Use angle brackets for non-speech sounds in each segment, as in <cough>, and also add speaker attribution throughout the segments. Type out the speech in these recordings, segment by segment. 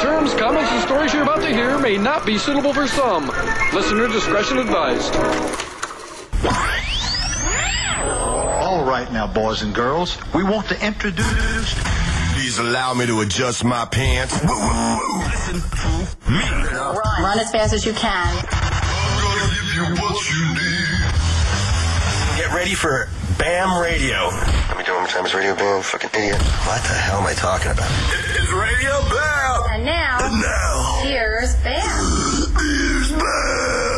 Speaker 1: films, comments, and stories you're about to hear may not be suitable for some. Listener discretion advised.
Speaker 2: All right now, boys and girls, we want to introduce.
Speaker 3: Please allow me to adjust my pants. Woo, woo, woo. Listen to me.
Speaker 4: Run. Run as fast as you can.
Speaker 3: I'm gonna give you what you need.
Speaker 5: Get ready for BAM Radio.
Speaker 6: Let me do it one more time. It's Radio Bam, fucking idiot.
Speaker 5: What the hell am I talking about?
Speaker 3: It's Radio Bam.
Speaker 4: And now,
Speaker 3: Now,
Speaker 4: here's Bam.
Speaker 3: here's Bam.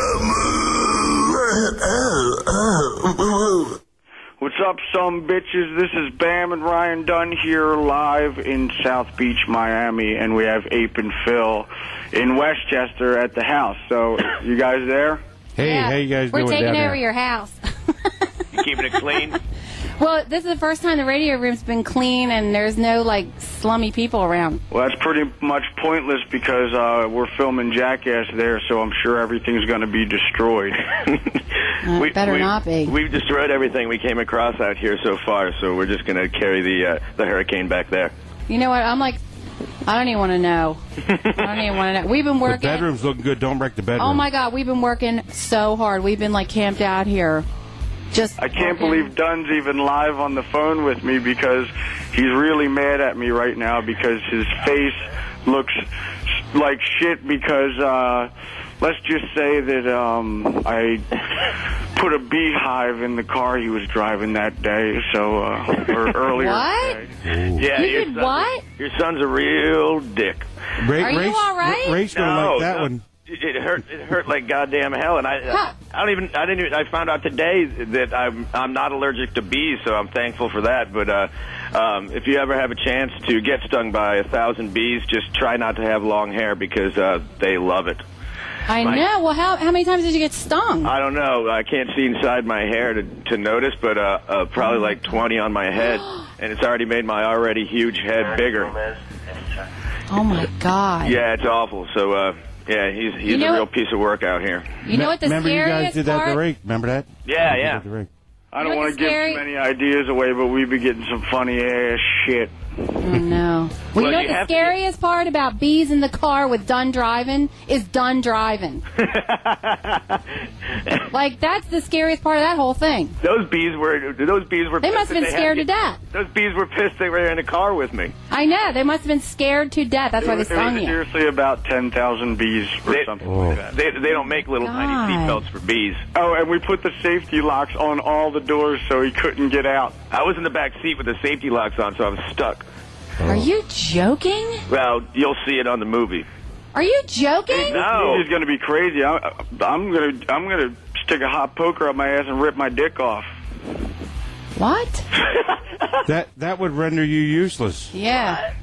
Speaker 7: What's up, some bitches? This is Bam and Ryan Dunn here live in South Beach, Miami, and we have Ape and Phil in Westchester at the house. So, you guys there?
Speaker 8: Hey, how you guys
Speaker 9: We're
Speaker 8: doing
Speaker 9: taking
Speaker 8: down
Speaker 9: over
Speaker 8: here?
Speaker 9: your house.
Speaker 7: Keeping it clean.
Speaker 9: <laughs> well, this is the first time the radio room's been clean and there's no like slummy people around.
Speaker 7: Well, that's pretty much pointless because uh, we're filming Jackass there, so I'm sure everything's going to be destroyed.
Speaker 9: <laughs> Uh, better not be.
Speaker 10: We've destroyed everything we came across out here so far, so we're just going to carry the uh, the hurricane back there.
Speaker 9: you know what? I'm like, I don't even want to know. I don't even want to know. We've been
Speaker 8: The
Speaker 9: working.
Speaker 8: bedroom's looking good. Don't break the bedroom.
Speaker 9: oh my God, we've been working so hard. We've been like camped out here. Just
Speaker 7: I can't
Speaker 9: working.
Speaker 7: believe Dunn's even live on the phone with me because he's really mad at me right now because his face looks s- like shit because uh let's just say that um I put a beehive in the car he was driving that day so uh or earlier
Speaker 9: <laughs> What?
Speaker 7: today.
Speaker 10: Yeah,
Speaker 9: You
Speaker 10: your
Speaker 9: did
Speaker 10: son's-
Speaker 9: what?
Speaker 10: Your son's a real dick.
Speaker 8: Ra-
Speaker 9: Are you
Speaker 8: Race-
Speaker 9: all right?
Speaker 8: Ra- Race don't
Speaker 10: no,
Speaker 8: like that
Speaker 10: no.
Speaker 8: one.
Speaker 10: It hurt. It hurt like goddamn hell, and
Speaker 9: <laughs> Huh.
Speaker 10: I, I don't even. I didn't. Even, I found out today that I'm. I'm not allergic to bees, so I'm thankful for that. But uh, um, if you ever have a chance to get stung by a thousand bees, just try not to have long hair because uh, they love it.
Speaker 9: I know. Well, how how many times did you get stung?
Speaker 10: I don't know. I can't see inside my hair to, to notice, but uh, uh, probably like 20 on my
Speaker 9: <gasps>
Speaker 10: head, and it's already made my already huge head bigger.
Speaker 9: oh my
Speaker 10: <laughs>
Speaker 9: God.
Speaker 10: Yeah, it's awful. So, uh, yeah, he's he's
Speaker 9: You know-
Speaker 10: a real piece of work out here.
Speaker 9: You know what the
Speaker 8: Remember you
Speaker 9: scariest
Speaker 8: guys did that
Speaker 9: part?
Speaker 8: to Rake? Remember that?
Speaker 10: Yeah,
Speaker 8: You
Speaker 10: yeah.
Speaker 8: did the rake.
Speaker 7: I
Speaker 9: You
Speaker 7: don't
Speaker 9: know
Speaker 7: want
Speaker 9: what's
Speaker 7: to give
Speaker 9: scary?
Speaker 7: too many ideas away but we be getting some funny ass <laughs> shit.
Speaker 9: Oh, no. Well, you
Speaker 10: Well,
Speaker 9: know
Speaker 10: you
Speaker 9: what the
Speaker 10: have to-
Speaker 9: scariest part about bees in the car with done driving is
Speaker 10: <laughs>
Speaker 9: done driving. like that's the scariest part of that whole thing.
Speaker 10: Those bees were those bees were.
Speaker 9: They
Speaker 10: pissed
Speaker 9: must have
Speaker 10: that
Speaker 9: been
Speaker 10: had
Speaker 9: scared
Speaker 10: me.
Speaker 9: to death.
Speaker 10: Those bees were pissed they were in a car with me.
Speaker 9: I know they must have been scared to death. That's why
Speaker 7: It
Speaker 9: they
Speaker 7: was, it
Speaker 9: stung
Speaker 7: was
Speaker 9: you.
Speaker 7: seriously about 10,000 bees or
Speaker 10: They- oh.
Speaker 7: something like that.
Speaker 10: They they don't make little tiny
Speaker 9: God.
Speaker 10: seatbelts for bees.
Speaker 7: Oh, and we put the safety locks on all the doors so he couldn't get out.
Speaker 10: I was in the back seat with the safety locks on, so I was stuck.
Speaker 9: Are you joking?
Speaker 10: Well, you'll see it on the movie.
Speaker 9: Are you joking?
Speaker 10: No.
Speaker 7: He's going to be crazy. I, I'm going to I'm going to stick a hot poker up my ass and rip my dick off.
Speaker 9: What?
Speaker 8: That that would render you useless.
Speaker 9: Yeah.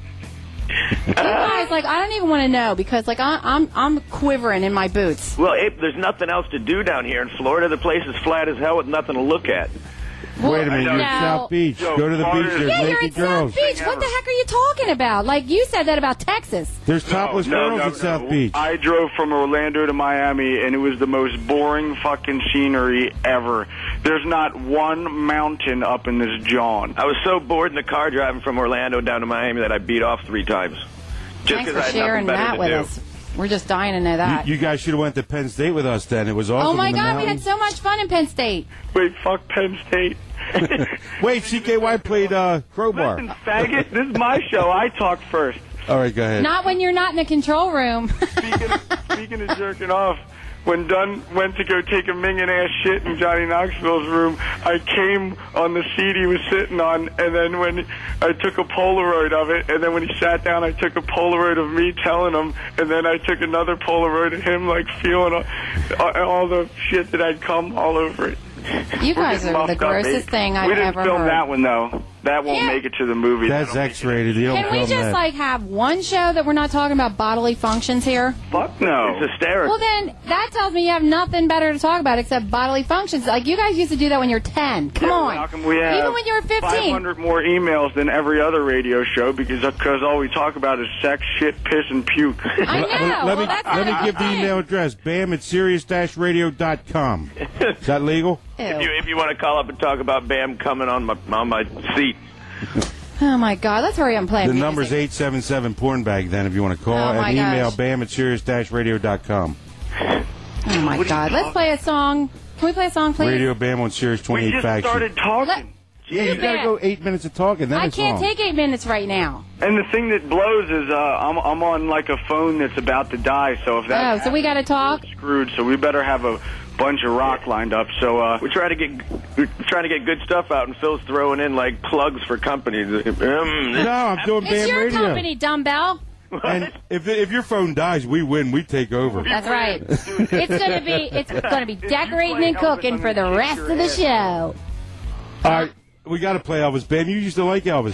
Speaker 9: You guys, like, I don't even want to know because, like, I, I'm I'm quivering in my boots.
Speaker 10: Well, Abe, there's nothing else to do down here in Florida. The place is flat as hell with nothing to look at.
Speaker 8: Wait a minute, you're in
Speaker 9: now-
Speaker 8: South Beach.
Speaker 7: Yo,
Speaker 8: Go to the
Speaker 7: Florida-
Speaker 8: beach. There's
Speaker 9: Yeah, you're in
Speaker 8: naked girls.
Speaker 9: South Beach. What the heck are you talking about? Like, you said that about Texas.
Speaker 8: There's topless girls in South Beach.
Speaker 7: I drove from Orlando to Miami, and it was the most boring fucking scenery ever. There's not one mountain up in this John.
Speaker 10: I was so bored in the car driving from Orlando down to Miami that I beat off three times. Just
Speaker 9: Thanks
Speaker 10: because
Speaker 9: for
Speaker 10: I had
Speaker 9: sharing
Speaker 10: nothing better
Speaker 9: that
Speaker 10: to
Speaker 9: with
Speaker 10: do.
Speaker 9: us. We're just dying to know that.
Speaker 8: You, you guys should have went to Penn State with us then. It was awesome.
Speaker 9: oh my
Speaker 8: in the
Speaker 9: God, we had
Speaker 8: mountains.
Speaker 9: so much fun in Penn State.
Speaker 7: Wait, fuck Penn State.
Speaker 8: Wait, CKY played uh, Crowbar.
Speaker 7: Listen, faggot, this is my show. I talk first.
Speaker 8: All right, go ahead.
Speaker 9: Not when you're not in the control room.
Speaker 7: Speaking of, speaking of jerking off, when Dunn went to go take a minging ass shit in Johnny Knoxville's room, I came on the seat he was sitting on, and then when I took a Polaroid of it, and then when he sat down, I took a Polaroid of me telling him, and then I took another Polaroid of him, like feeling all, all the shit that I'd come all over it.
Speaker 9: you guys
Speaker 7: Getting
Speaker 9: are the
Speaker 7: muffed up,
Speaker 9: grossest
Speaker 7: mate.
Speaker 9: thing I've
Speaker 7: we didn't
Speaker 9: ever
Speaker 7: film
Speaker 9: heard.
Speaker 7: that one though. That won't
Speaker 9: Yeah.
Speaker 7: make it to the movie.
Speaker 8: That's X-rated. You don't
Speaker 9: Can we
Speaker 8: film
Speaker 9: just
Speaker 8: that.
Speaker 9: like have one show that we're not talking about bodily functions here?
Speaker 7: fuck no.
Speaker 10: It's hysterical.
Speaker 9: Well, then that tells me you have nothing better to talk about except bodily functions. Like you guys used to do that when you're 10. Come
Speaker 7: Yeah,
Speaker 9: on,
Speaker 7: How come we have
Speaker 9: even when you were 15.
Speaker 7: 500 more emails than every other radio show because because all we talk about is sex, shit, piss, and puke. <laughs>
Speaker 9: I
Speaker 8: Well,
Speaker 9: know.
Speaker 8: let
Speaker 9: Well,
Speaker 8: me
Speaker 9: that's
Speaker 8: let
Speaker 9: not
Speaker 8: me
Speaker 9: a
Speaker 8: give the
Speaker 9: thing.
Speaker 8: email address bam at serious-radio.com. Is
Speaker 10: <laughs>
Speaker 8: that legal?
Speaker 9: Ew.
Speaker 10: if you, if you want to call up and talk about Bam coming on my on my seat,
Speaker 9: Oh my God, let's hurry up and play.
Speaker 8: The
Speaker 9: music.
Speaker 8: number's 877 porn bag then if you want to call
Speaker 9: Oh, my
Speaker 8: and email
Speaker 9: gosh.
Speaker 8: bam at serious-radio.com.
Speaker 9: Oh my God, let's play a song. Can we play a song, please?
Speaker 8: Radio Bam on Serious 28 Faction.
Speaker 7: talking.
Speaker 8: yeah, you got to go 8 minutes of talking then
Speaker 9: I
Speaker 8: it's
Speaker 9: can't
Speaker 8: long.
Speaker 9: take eight minutes right now.
Speaker 7: And the thing that blows is uh, I'm I'm on like a phone that's about to die, so if that
Speaker 9: Oh, so we got to talk.
Speaker 7: screwed, so we better have a bunch of rock lined up. So uh,
Speaker 11: We're trying to get we're trying to get good stuff out, and Phil's throwing in like plugs for companies.
Speaker 7: <laughs>
Speaker 11: Um,
Speaker 8: No, I'm doing
Speaker 9: It's
Speaker 8: Bam
Speaker 9: your
Speaker 8: Radio.
Speaker 9: company, dumbbell.
Speaker 8: And if, if your phone dies, we win. We take over.
Speaker 9: That's right. it's gonna be
Speaker 7: <laughs>
Speaker 9: it's gonna be decorating and cooking for the rest of the show.
Speaker 8: All right, we got to play Elvis. Bam, you used to like Elvis.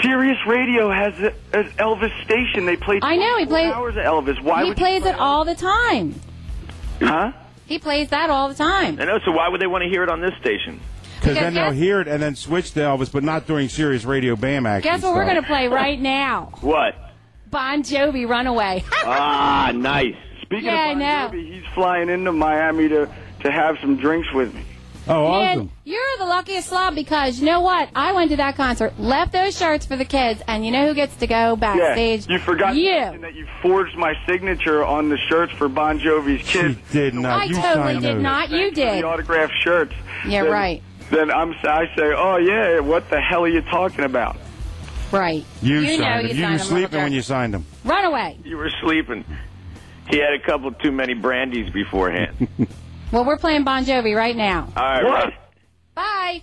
Speaker 7: Sirius Radio has a, an Elvis station. They play
Speaker 9: I know, he
Speaker 7: 24
Speaker 9: plays-
Speaker 7: hours of Elvis. Why
Speaker 9: he
Speaker 7: would
Speaker 9: plays it all the time.
Speaker 7: Huh?
Speaker 9: He plays that all the time.
Speaker 11: I know. So why would they want to hear it on this station?
Speaker 8: Because then
Speaker 9: Because
Speaker 8: they'll
Speaker 9: guess-
Speaker 8: hear it and then switch to Elvis, but not during serious radio Bam action.
Speaker 9: Guess what we're
Speaker 8: stuff.
Speaker 9: gonna play right now?
Speaker 11: What?
Speaker 9: Bon Jovi, Runaway. <laughs>
Speaker 11: Ah, nice.
Speaker 7: Speaking
Speaker 9: Yeah, I
Speaker 7: of Bon
Speaker 9: know.
Speaker 7: Jovi, he's flying into Miami to to have some drinks with me.
Speaker 8: Oh,
Speaker 9: And
Speaker 8: awesome.
Speaker 9: you're the luckiest slob because you know what? I went to that concert, left those shirts for the kids, and you know who gets to go
Speaker 7: Yeah,
Speaker 9: backstage?
Speaker 7: you forgot to mention
Speaker 9: You.
Speaker 7: that you forged my signature on the shirts for Bon Jovi's
Speaker 8: She
Speaker 7: kids.
Speaker 8: did not.
Speaker 9: I
Speaker 8: you
Speaker 9: totally
Speaker 8: signed
Speaker 9: did
Speaker 8: those.
Speaker 9: not. You did.
Speaker 7: The autographed shirts.
Speaker 9: Yeah,
Speaker 7: Then-
Speaker 9: right.
Speaker 7: Then I'm I say, oh yeah, what the hell are you talking about?
Speaker 9: Right.
Speaker 8: You,
Speaker 9: know
Speaker 8: signed
Speaker 9: you
Speaker 8: them.
Speaker 9: signed
Speaker 8: You were
Speaker 9: them,
Speaker 8: sleeping
Speaker 9: Walter.
Speaker 8: when you signed them.
Speaker 9: Runaway.
Speaker 11: You were sleeping. He had a couple too many brandies beforehand.
Speaker 9: Well, we're playing Bon Jovi right now.
Speaker 11: All right.
Speaker 7: What?
Speaker 11: right.
Speaker 9: Bye.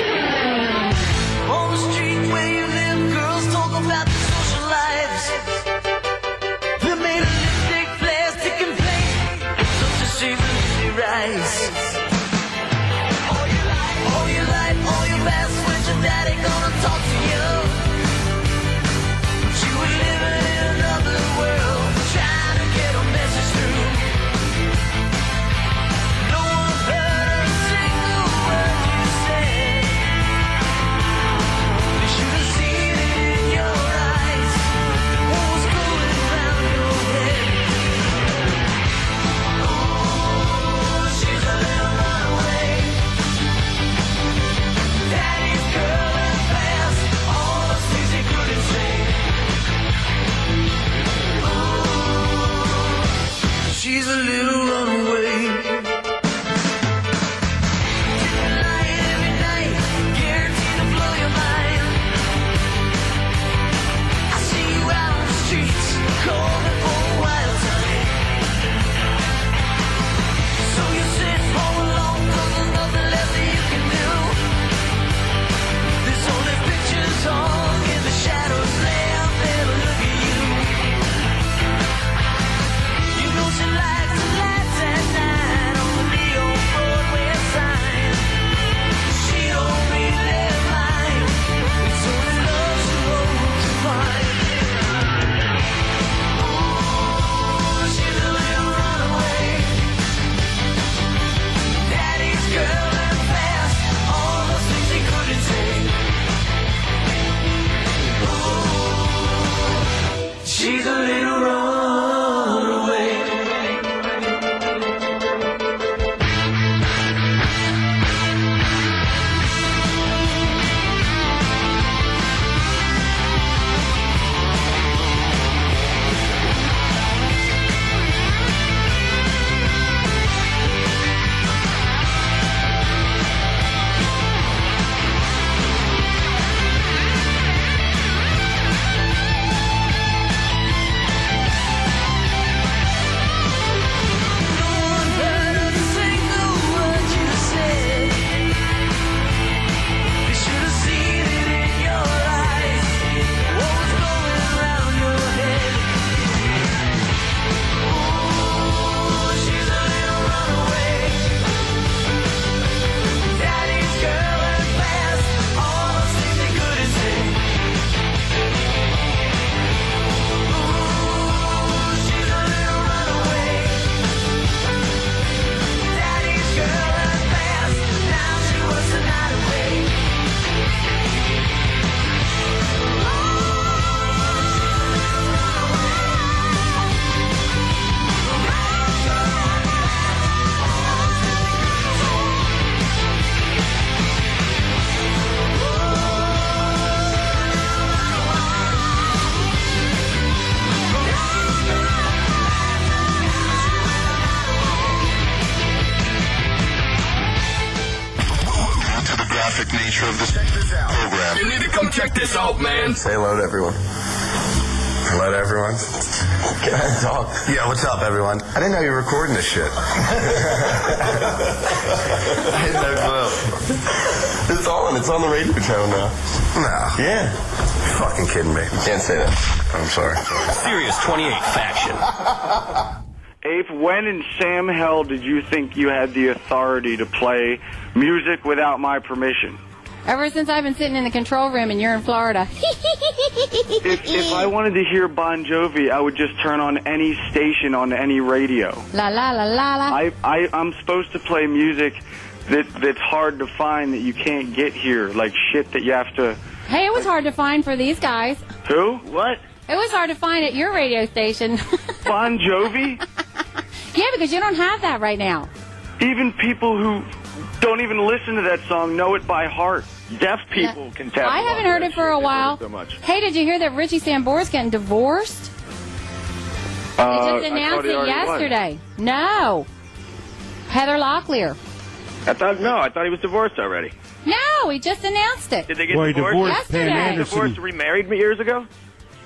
Speaker 4: On the street where you live, girls talk about their social lives. They're made of lipstick, plastic, and paint. It's such a
Speaker 12: of the Check This Out program.
Speaker 13: You need to come check this out, man.
Speaker 12: Say hello to everyone. Hello to everyone. Can I talk? Yeah, what's up, everyone? I didn't know you were recording this shit. I had no clue. It's on. It's on the radio channel now. No. Yeah. You're fucking kidding me. You can't say that. I'm sorry.
Speaker 14: Serious 28 faction.
Speaker 2: Ape, when in Sam Hell did you think you had the authority to play music without my permission?
Speaker 9: Ever since I've been sitting in the control room and you're in Florida. <laughs>
Speaker 2: If, if I wanted to hear Bon Jovi, I would just turn on any station on any <laughs> radio.
Speaker 9: la la la la la.
Speaker 2: I, I I'm supposed to play music that that's hard to find that you can't get here, like shit that you have to.
Speaker 9: hey, it was hard to find for these guys.
Speaker 2: Who? What?
Speaker 9: It was hard to find at your radio station. <laughs>
Speaker 2: Bon Jovi?
Speaker 9: yeah, because you don't have that right now.
Speaker 2: Even people who don't even listen to that song know it by heart. Deaf
Speaker 9: people Yeah.
Speaker 2: can
Speaker 9: I haven't heard it for a while.
Speaker 2: so much.
Speaker 9: Hey, did you hear that Richie Sambora's getting divorced?
Speaker 2: Uh,
Speaker 9: they just announced it yesterday. No. Heather Locklear.
Speaker 7: I thought no, I thought he was divorced already.
Speaker 9: No, he just announced it.
Speaker 7: Did they get
Speaker 8: Well, he
Speaker 7: divorced?
Speaker 8: divorced Pam
Speaker 9: Yesterday.
Speaker 8: Anderson.
Speaker 7: Divorced, remarried me years ago.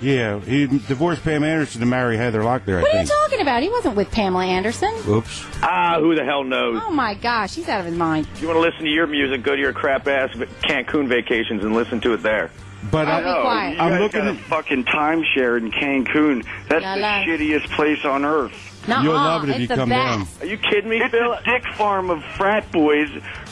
Speaker 8: Yeah, he divorced Pam Anderson to marry Heather Locklear, I
Speaker 9: What are you Uh-uh,
Speaker 8: think.
Speaker 9: talking about? He wasn't with Pamela Anderson.
Speaker 8: Oops.
Speaker 7: Ah, who the hell knows?
Speaker 9: Oh my gosh, he's out of his mind.
Speaker 7: If you want to listen to your music, go to your crap ass Cancun vacations and listen to it there.
Speaker 8: But
Speaker 9: I'll be quiet.
Speaker 8: I'm
Speaker 2: I'm
Speaker 8: looking
Speaker 2: looking at a fucking timeshare in Cancun. That's
Speaker 9: Yeah,
Speaker 2: the
Speaker 9: I know.
Speaker 2: shittiest place on earth.
Speaker 9: Nuh-uh,
Speaker 8: You'll love it if
Speaker 9: it's
Speaker 8: you
Speaker 9: the
Speaker 8: come
Speaker 9: best.
Speaker 8: down.
Speaker 7: Are you kidding me,
Speaker 2: It's
Speaker 7: Phil?
Speaker 2: a dick farm of frat boys.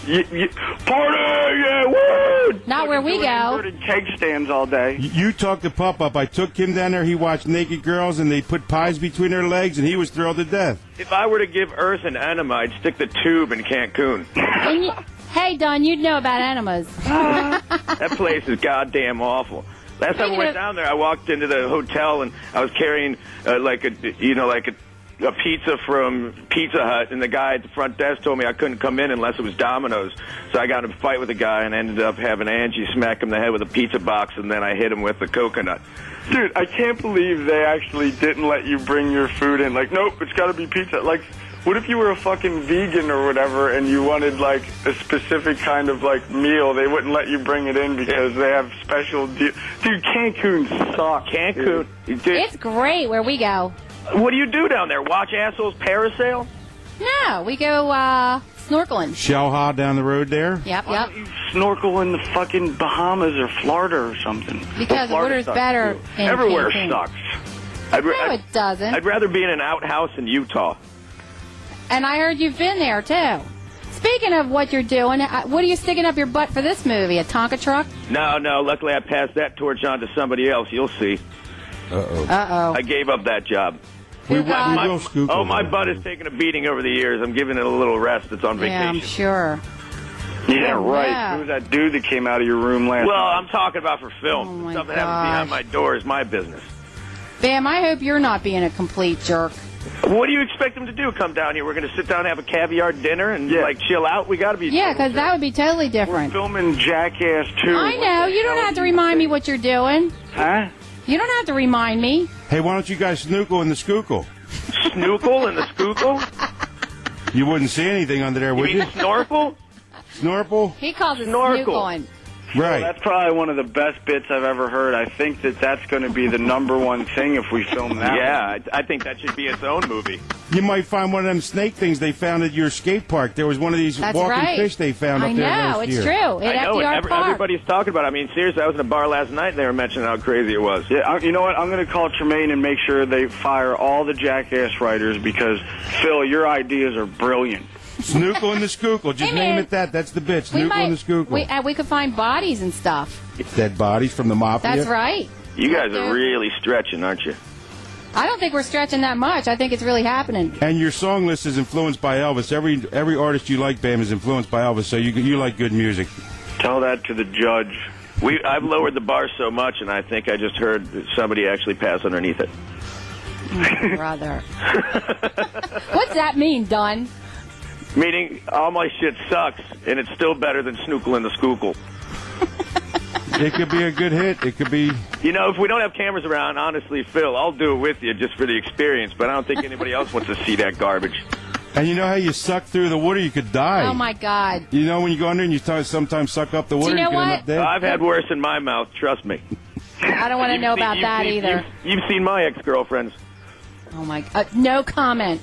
Speaker 2: Y y party, yeah, woo!
Speaker 9: Not where
Speaker 2: Fucking
Speaker 9: we
Speaker 2: doing
Speaker 9: go.
Speaker 2: inverted keg stands all day.
Speaker 8: You you talked to Pop Up. I took him down there. He watched naked girls, and they put pies between their legs, and he was thrilled to death.
Speaker 7: If I were to give Earth an enema, I'd stick the tube in Cancun.
Speaker 2: <laughs>
Speaker 9: And you- hey, Don, you'd know about enemas.
Speaker 7: That place is goddamn awful. Last time I
Speaker 9: Speaking of-
Speaker 7: went down there, I walked into the hotel and I was carrying uh, like a you know like a, a pizza from Pizza Hut, and the guy at the front desk told me I couldn't come in unless it was Domino's. So I got in a fight with a guy and ended up having Angie smack him in the head with a pizza box, and then I hit him with the coconut.
Speaker 2: Dude, I can't believe they actually didn't let you bring your food in. Like, nope, it's got to be pizza. Like, what if you were a fucking vegan or whatever and you wanted, like, a specific kind of, like, meal? They wouldn't let you bring it in because they have special deal. Dude, Cancun sucks.
Speaker 7: Cancun, dude,
Speaker 9: It's great where we go.
Speaker 7: what do you do down there? Watch assholes parasail?
Speaker 9: No, we go uh, snorkeling.
Speaker 8: Shell Ha down the road there.
Speaker 9: Yep,
Speaker 2: Why
Speaker 9: yep.
Speaker 2: don't you snorkel in the fucking Bahamas or Florida or something?
Speaker 9: Because
Speaker 7: Florida
Speaker 9: water's
Speaker 7: sucks,
Speaker 9: better.
Speaker 7: too.
Speaker 9: In
Speaker 7: Everywhere
Speaker 9: Cancun.
Speaker 7: sucks. I'd,
Speaker 9: No, it doesn't.
Speaker 7: I'd rather be in an outhouse in Utah.
Speaker 9: And I heard you've been there too. Speaking of what you're doing, I- what are you sticking up your butt for this movie? A Tonka truck?
Speaker 7: No, no. Luckily, I passed that torch on to somebody else. You'll see.
Speaker 9: Uh
Speaker 7: I gave up that job.
Speaker 8: We, we,
Speaker 9: Who got-
Speaker 8: will scoop
Speaker 7: oh,
Speaker 8: over
Speaker 7: my
Speaker 8: there.
Speaker 7: butt has taken a beating over the years. I'm giving it a little rest. It's on
Speaker 9: oh. Yeah, I'm
Speaker 7: vacation.
Speaker 9: sure.
Speaker 2: Yeah,
Speaker 9: Oh,
Speaker 2: right.
Speaker 9: yeah.
Speaker 2: Who's that dude that came out of your room last
Speaker 7: well, I'm talking about for film.
Speaker 9: Oh, my
Speaker 7: Something
Speaker 9: gosh.
Speaker 7: happens behind my door is my business.
Speaker 9: Bam, I hope you're not being a complete jerk.
Speaker 7: What do you expect them to do? Come down here? We're going to sit down, and have a caviar dinner, and
Speaker 2: Yeah.
Speaker 7: like chill out. We got to be.
Speaker 9: Yeah, because that would be totally
Speaker 2: We're
Speaker 9: different.
Speaker 2: filming Jackass 2.
Speaker 9: I know. You don't have to remind me what you're doing.
Speaker 2: Huh?
Speaker 9: You don't have to remind me.
Speaker 8: Hey, why don't you guys snookle in the skookle?
Speaker 7: snookle and the <laughs> skookle.
Speaker 8: You wouldn't see anything under there,
Speaker 7: You
Speaker 8: would
Speaker 7: mean
Speaker 8: you?
Speaker 7: snorkel? <laughs>
Speaker 8: Snorkel?
Speaker 9: He calls it
Speaker 7: Snorkel.
Speaker 9: snookling.
Speaker 8: Right.
Speaker 2: That's probably one of the best bits I've ever heard. I think that that's going to be the number one thing if we film that.
Speaker 7: <laughs> Yeah, I, I think that should be its own movie.
Speaker 8: You might find one of them snake things they found at your skate park. There was one of these
Speaker 9: That's
Speaker 8: walking
Speaker 9: right.
Speaker 8: fish they found
Speaker 9: I
Speaker 8: up there
Speaker 9: know.
Speaker 8: last
Speaker 9: it's
Speaker 8: year.
Speaker 9: true. At
Speaker 7: I know, and
Speaker 9: FDR
Speaker 7: every-
Speaker 9: Park.
Speaker 7: everybody's talking about it. I mean, seriously, I was in a bar last night, and they were mentioning how crazy it was.
Speaker 2: Yeah, I, you know what? I'm going to call Tremaine and make sure they fire all the jackass writers because, Phil, your ideas are brilliant.
Speaker 8: Snookle and the skookle. Just
Speaker 9: Hey,
Speaker 8: name
Speaker 9: man.
Speaker 8: it that. That's the bit.
Speaker 9: we
Speaker 8: Snookle
Speaker 9: might.
Speaker 8: and the skookle.
Speaker 9: We, uh, we could find bodies and stuff.
Speaker 8: Dead bodies from the mafia.
Speaker 9: That's right.
Speaker 7: You guys
Speaker 9: Yeah.
Speaker 7: are really stretching, aren't you?
Speaker 9: I don't think we're stretching that much. I think it's really happening.
Speaker 7: <laughs>
Speaker 8: And your song list is influenced by Elvis. Every every artist you like, Bam, is influenced by Elvis. So you you like good music.
Speaker 2: Tell that to the judge.
Speaker 7: We, I've lowered the bar so much, and I think I just heard somebody actually pass underneath it.
Speaker 9: brother. <laughs> What's that mean, Dunn?
Speaker 7: Meaning, all my shit sucks, and it's still better than Snookle and the Skookle.
Speaker 8: It could be a good hit. It could be.
Speaker 7: You know, if we don't have cameras around, honestly, Phil, I'll do it with you just for the experience, but I don't think anybody else wants to see that garbage.
Speaker 8: And you know how you suck through the water? You could die.
Speaker 9: Oh my God.
Speaker 8: You know when you go under and you t- sometimes suck up the
Speaker 9: Do you
Speaker 8: water,
Speaker 9: know
Speaker 8: can
Speaker 9: what?
Speaker 8: end up dead.
Speaker 7: I've had worse in my mouth. Trust me.
Speaker 9: I don't want to know about
Speaker 7: You've
Speaker 9: that
Speaker 7: seen-
Speaker 9: either.
Speaker 7: You've, you've seen my ex-girlfriends.
Speaker 9: Oh my. Uh, no comment.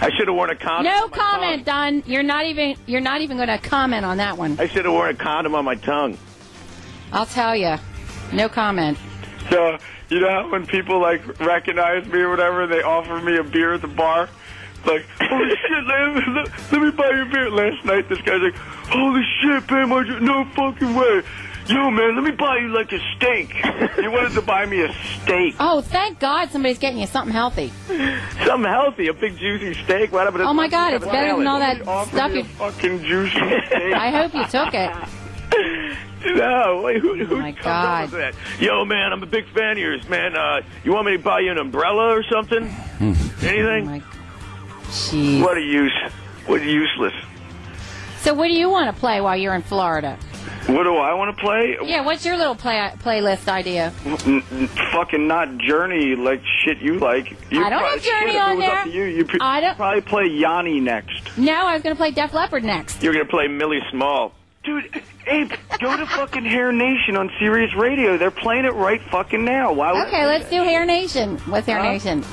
Speaker 7: I should have worn a condom.
Speaker 9: No comment, Don. You're not even. You're not even going to comment on that one.
Speaker 7: I should have worn a condom on my tongue.
Speaker 9: I'll tell you. No comment.
Speaker 2: So you know how when people like recognize me or whatever, they offer me a beer at the bar. Like, <laughs> holy shit, man, let, let me buy you a beer. Last night, this guy's like, holy shit, man, I ju- no fucking way. Yo, man, let me buy you like a steak. He wanted to buy me a steak.
Speaker 9: Oh, thank God somebody's getting you something healthy.
Speaker 7: Something healthy, a big juicy steak. What happened? to-
Speaker 9: Oh my God, it's better than all that
Speaker 2: Offer
Speaker 9: stuff
Speaker 2: me a
Speaker 9: you.
Speaker 2: fucking juicy
Speaker 9: <laughs>
Speaker 2: steak.
Speaker 9: I hope you
Speaker 7: <laughs>
Speaker 9: took it.
Speaker 2: <laughs>
Speaker 7: No, wait, who, who
Speaker 9: my
Speaker 7: comes up with that? Yo, man, I'm a big fan of yours, man. Uh, you want me to buy you an umbrella or something?
Speaker 9: Hmm. Oh
Speaker 7: Anything? What a use. What a useless.
Speaker 9: So, what do you want to play while you're in Florida?
Speaker 2: What do I want to play?
Speaker 9: Yeah, what's your little play playlist idea?
Speaker 2: N- n- fucking not Journey like shit you like. You
Speaker 9: I don't
Speaker 2: prob-
Speaker 9: have Journey
Speaker 2: shit, if it
Speaker 9: on
Speaker 2: was up
Speaker 9: there.
Speaker 2: to You, you pr-
Speaker 9: I don't-
Speaker 2: probably play Yanni next.
Speaker 9: No, I was going to play Def Leppard next.
Speaker 7: You're going to play Millie Small.
Speaker 2: Dude, Abe, go to fucking Hair Nation on Sirius Radio. They're playing it right fucking now. Why would
Speaker 9: Okay, let's do Hair Nation. What's Hair
Speaker 2: Huh?
Speaker 9: Nation?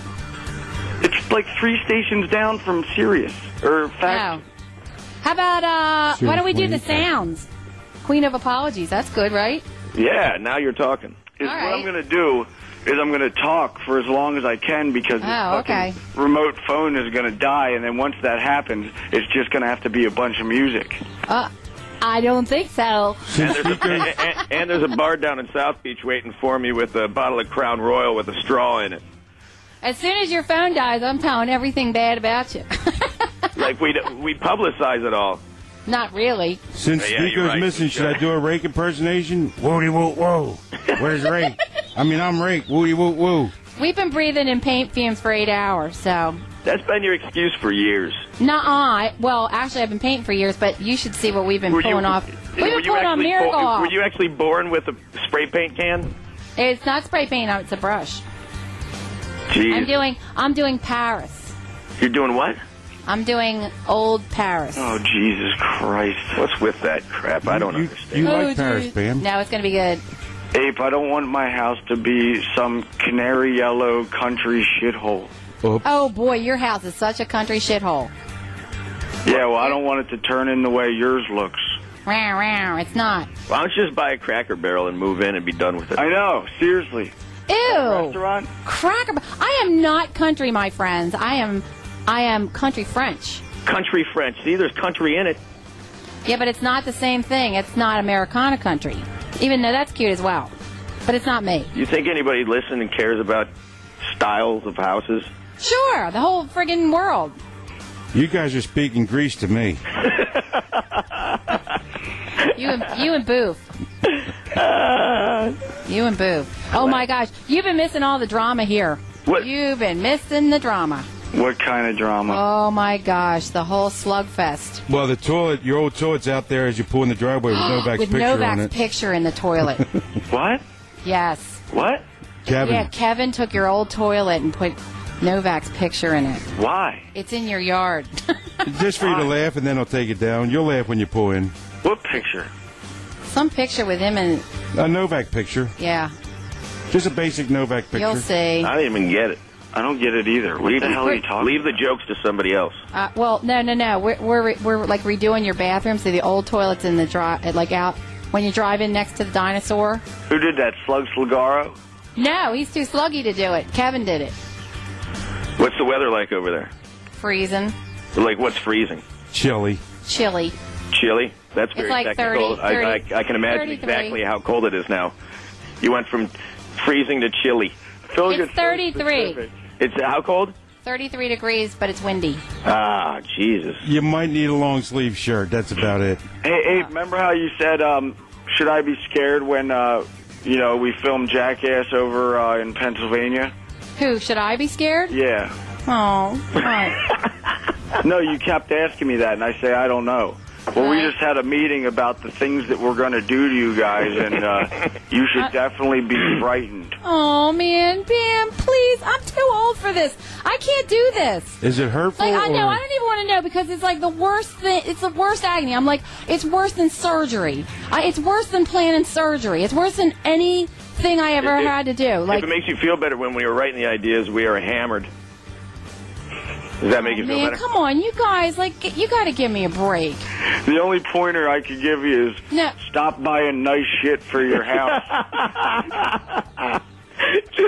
Speaker 2: It's like three stations down from Sirius. Or fact.
Speaker 9: Oh. How about uh, why don't we do
Speaker 2: Queen
Speaker 9: the
Speaker 2: of-
Speaker 9: sounds? Queen of Apologies. That's good, right?
Speaker 7: Yeah, now you're talking.
Speaker 2: Is
Speaker 9: All
Speaker 2: what
Speaker 9: right.
Speaker 2: I'm gonna do is I'm gonna talk for as long as I can because this
Speaker 9: Oh,
Speaker 2: fucking
Speaker 9: okay.
Speaker 2: remote phone is gonna die, and then once that happens, it's just gonna have to be a bunch of music.
Speaker 9: Uh, I don't think so.
Speaker 7: And there's, a, and, and- and there's a bar down in South Beach waiting for me with a bottle of Crown Royal with a straw in it.
Speaker 9: As soon as your phone dies, I'm telling everything bad about you. <laughs>
Speaker 7: Like we we publicize it all.
Speaker 9: Not really.
Speaker 8: Since
Speaker 7: Yeah,
Speaker 8: Speaker
Speaker 7: you're
Speaker 8: is
Speaker 7: right.
Speaker 8: missing, should I do a Rake impersonation? Woody woo woo. Where's Rake? I mean, I'm Rake. Woody woo woo.
Speaker 9: We've been breathing in paint fumes for eight hours, so.
Speaker 7: That's been your excuse for years.
Speaker 9: Nuh-uh. I- Well, actually, I've been painting for years, but you should see what we've been
Speaker 7: Were you-
Speaker 9: pulling off. We've
Speaker 7: were
Speaker 9: been
Speaker 7: you
Speaker 9: pulling on
Speaker 7: actually
Speaker 9: Miracle
Speaker 7: bo-
Speaker 9: off.
Speaker 7: Were you actually born with a spray paint can?
Speaker 9: It's not spray paint, no, it's a brush.
Speaker 7: Jeez.
Speaker 9: I'm doing, I'm doing Paris.
Speaker 7: You're doing what?
Speaker 9: I'm doing old Paris.
Speaker 7: Oh, Jesus Christ. What's with that crap? I don't understand.
Speaker 2: you
Speaker 9: Oh,
Speaker 2: like Paris,
Speaker 9: geez.
Speaker 2: Pam?
Speaker 9: No, it's going to be good.
Speaker 2: Ape, I don't want my house to be some canary yellow country shithole.
Speaker 9: Oh, boy, your house is such a country shithole.
Speaker 2: Yeah, well, I don't want it to turn in the way yours looks.
Speaker 9: Wow, wow, it's not.
Speaker 7: Why don't you just buy a Cracker Barrel and move in and be done with it?
Speaker 2: I know, seriously.
Speaker 9: Ew. Restaurant? Cracker. Bar- I am not country, my friends. I am, I am country French.
Speaker 7: Country French. See, there's country in it.
Speaker 9: Yeah, but it's not the same thing. It's not Americana country. Even though that's cute as well. But it's not me.
Speaker 7: You think anybody listening cares about styles of houses?
Speaker 9: Sure, the whole friggin' world.
Speaker 8: You guys are speaking Greece to me.
Speaker 9: You and you and Boof. You and Boof. Oh my gosh, you've been missing all the drama here.
Speaker 2: What?
Speaker 9: You've been missing the drama.
Speaker 2: What kind of drama?
Speaker 9: Oh my gosh, the whole slugfest
Speaker 8: Well, the toilet, your old toilet's out there as you pull in the driveway with
Speaker 9: <gasps>
Speaker 8: Novak's
Speaker 9: with
Speaker 8: picture on
Speaker 9: Novak's
Speaker 8: it.
Speaker 9: picture in the toilet.
Speaker 8: <laughs>
Speaker 2: what?
Speaker 9: yes.
Speaker 2: What?
Speaker 8: Kevin.
Speaker 9: Yeah, Kevin took your old toilet and put Novak's picture in it.
Speaker 2: Why?
Speaker 9: It's in your yard. <laughs>
Speaker 8: Just for you to laugh, and then I'll take it down. You'll laugh when you pull in.
Speaker 2: What picture?
Speaker 9: Some picture with him and
Speaker 8: A Novak picture.
Speaker 9: yeah,
Speaker 8: Just a basic Novak picture.
Speaker 9: you'll see.
Speaker 7: I don't even get it.
Speaker 2: I don't get it either. What
Speaker 7: leave
Speaker 2: the hell are you talking
Speaker 7: Leave the jokes to somebody else.
Speaker 9: Uh, well, no, no, no. We're, we're re- we're like redoing your bathroom, so the old toilet's in the drive, like out when you drive in next to the dinosaur.
Speaker 2: Who did that, Slug Slugaro?
Speaker 9: No, he's too sluggy to do it. Kevin did it.
Speaker 7: What's the weather like over there?
Speaker 9: Freezing,
Speaker 7: Like, what's freezing?
Speaker 8: Chili.
Speaker 9: chilly.
Speaker 7: Chilly? That's very
Speaker 9: like
Speaker 7: technical.
Speaker 9: 30,
Speaker 7: I, I, I can imagine
Speaker 9: 33.
Speaker 7: exactly how cold it is now. You went from freezing to chilly.
Speaker 2: Phil
Speaker 9: It's 33,
Speaker 7: It's uh, how cold?
Speaker 9: 33 degrees, but it's windy.
Speaker 7: Ah, Jesus.
Speaker 8: You might need a long sleeve shirt. That's about it.
Speaker 2: Hey, Abe, remember how you said, um, should I be scared when, uh, you know, we filmed Jackass over uh, in Pennsylvania?
Speaker 9: Who should I be scared? <laughs>
Speaker 2: Yeah.
Speaker 9: Oh, all right.
Speaker 2: No, you kept asking me that, and I say, I don't know. Well, we just had a meeting about the things that we're going to do to you guys, and
Speaker 9: <laughs>
Speaker 2: uh, you should definitely be frightened.
Speaker 9: <laughs> Oh man, Pam, please! I'm too old for this. I can't do this.
Speaker 8: Is it hurtful?
Speaker 9: Like I know,
Speaker 8: or-
Speaker 9: I don't even want to know because it's like the worst thing. It's the worst agony. I'm like, it's worse than surgery. I, it's worse than planning surgery. It's worse than anything I ever
Speaker 7: If- if-
Speaker 9: had to do.
Speaker 7: if
Speaker 9: Like,
Speaker 7: it makes you feel better, when we were writing the ideas, we are hammered. Does that make you feel
Speaker 9: man,
Speaker 7: better?
Speaker 9: come on, you guys! Like, g- you got to give me a break.
Speaker 2: The only pointer I could give you is
Speaker 8: <laughs>
Speaker 9: No.
Speaker 2: stop buying nice shit for
Speaker 7: <laughs>
Speaker 2: your house.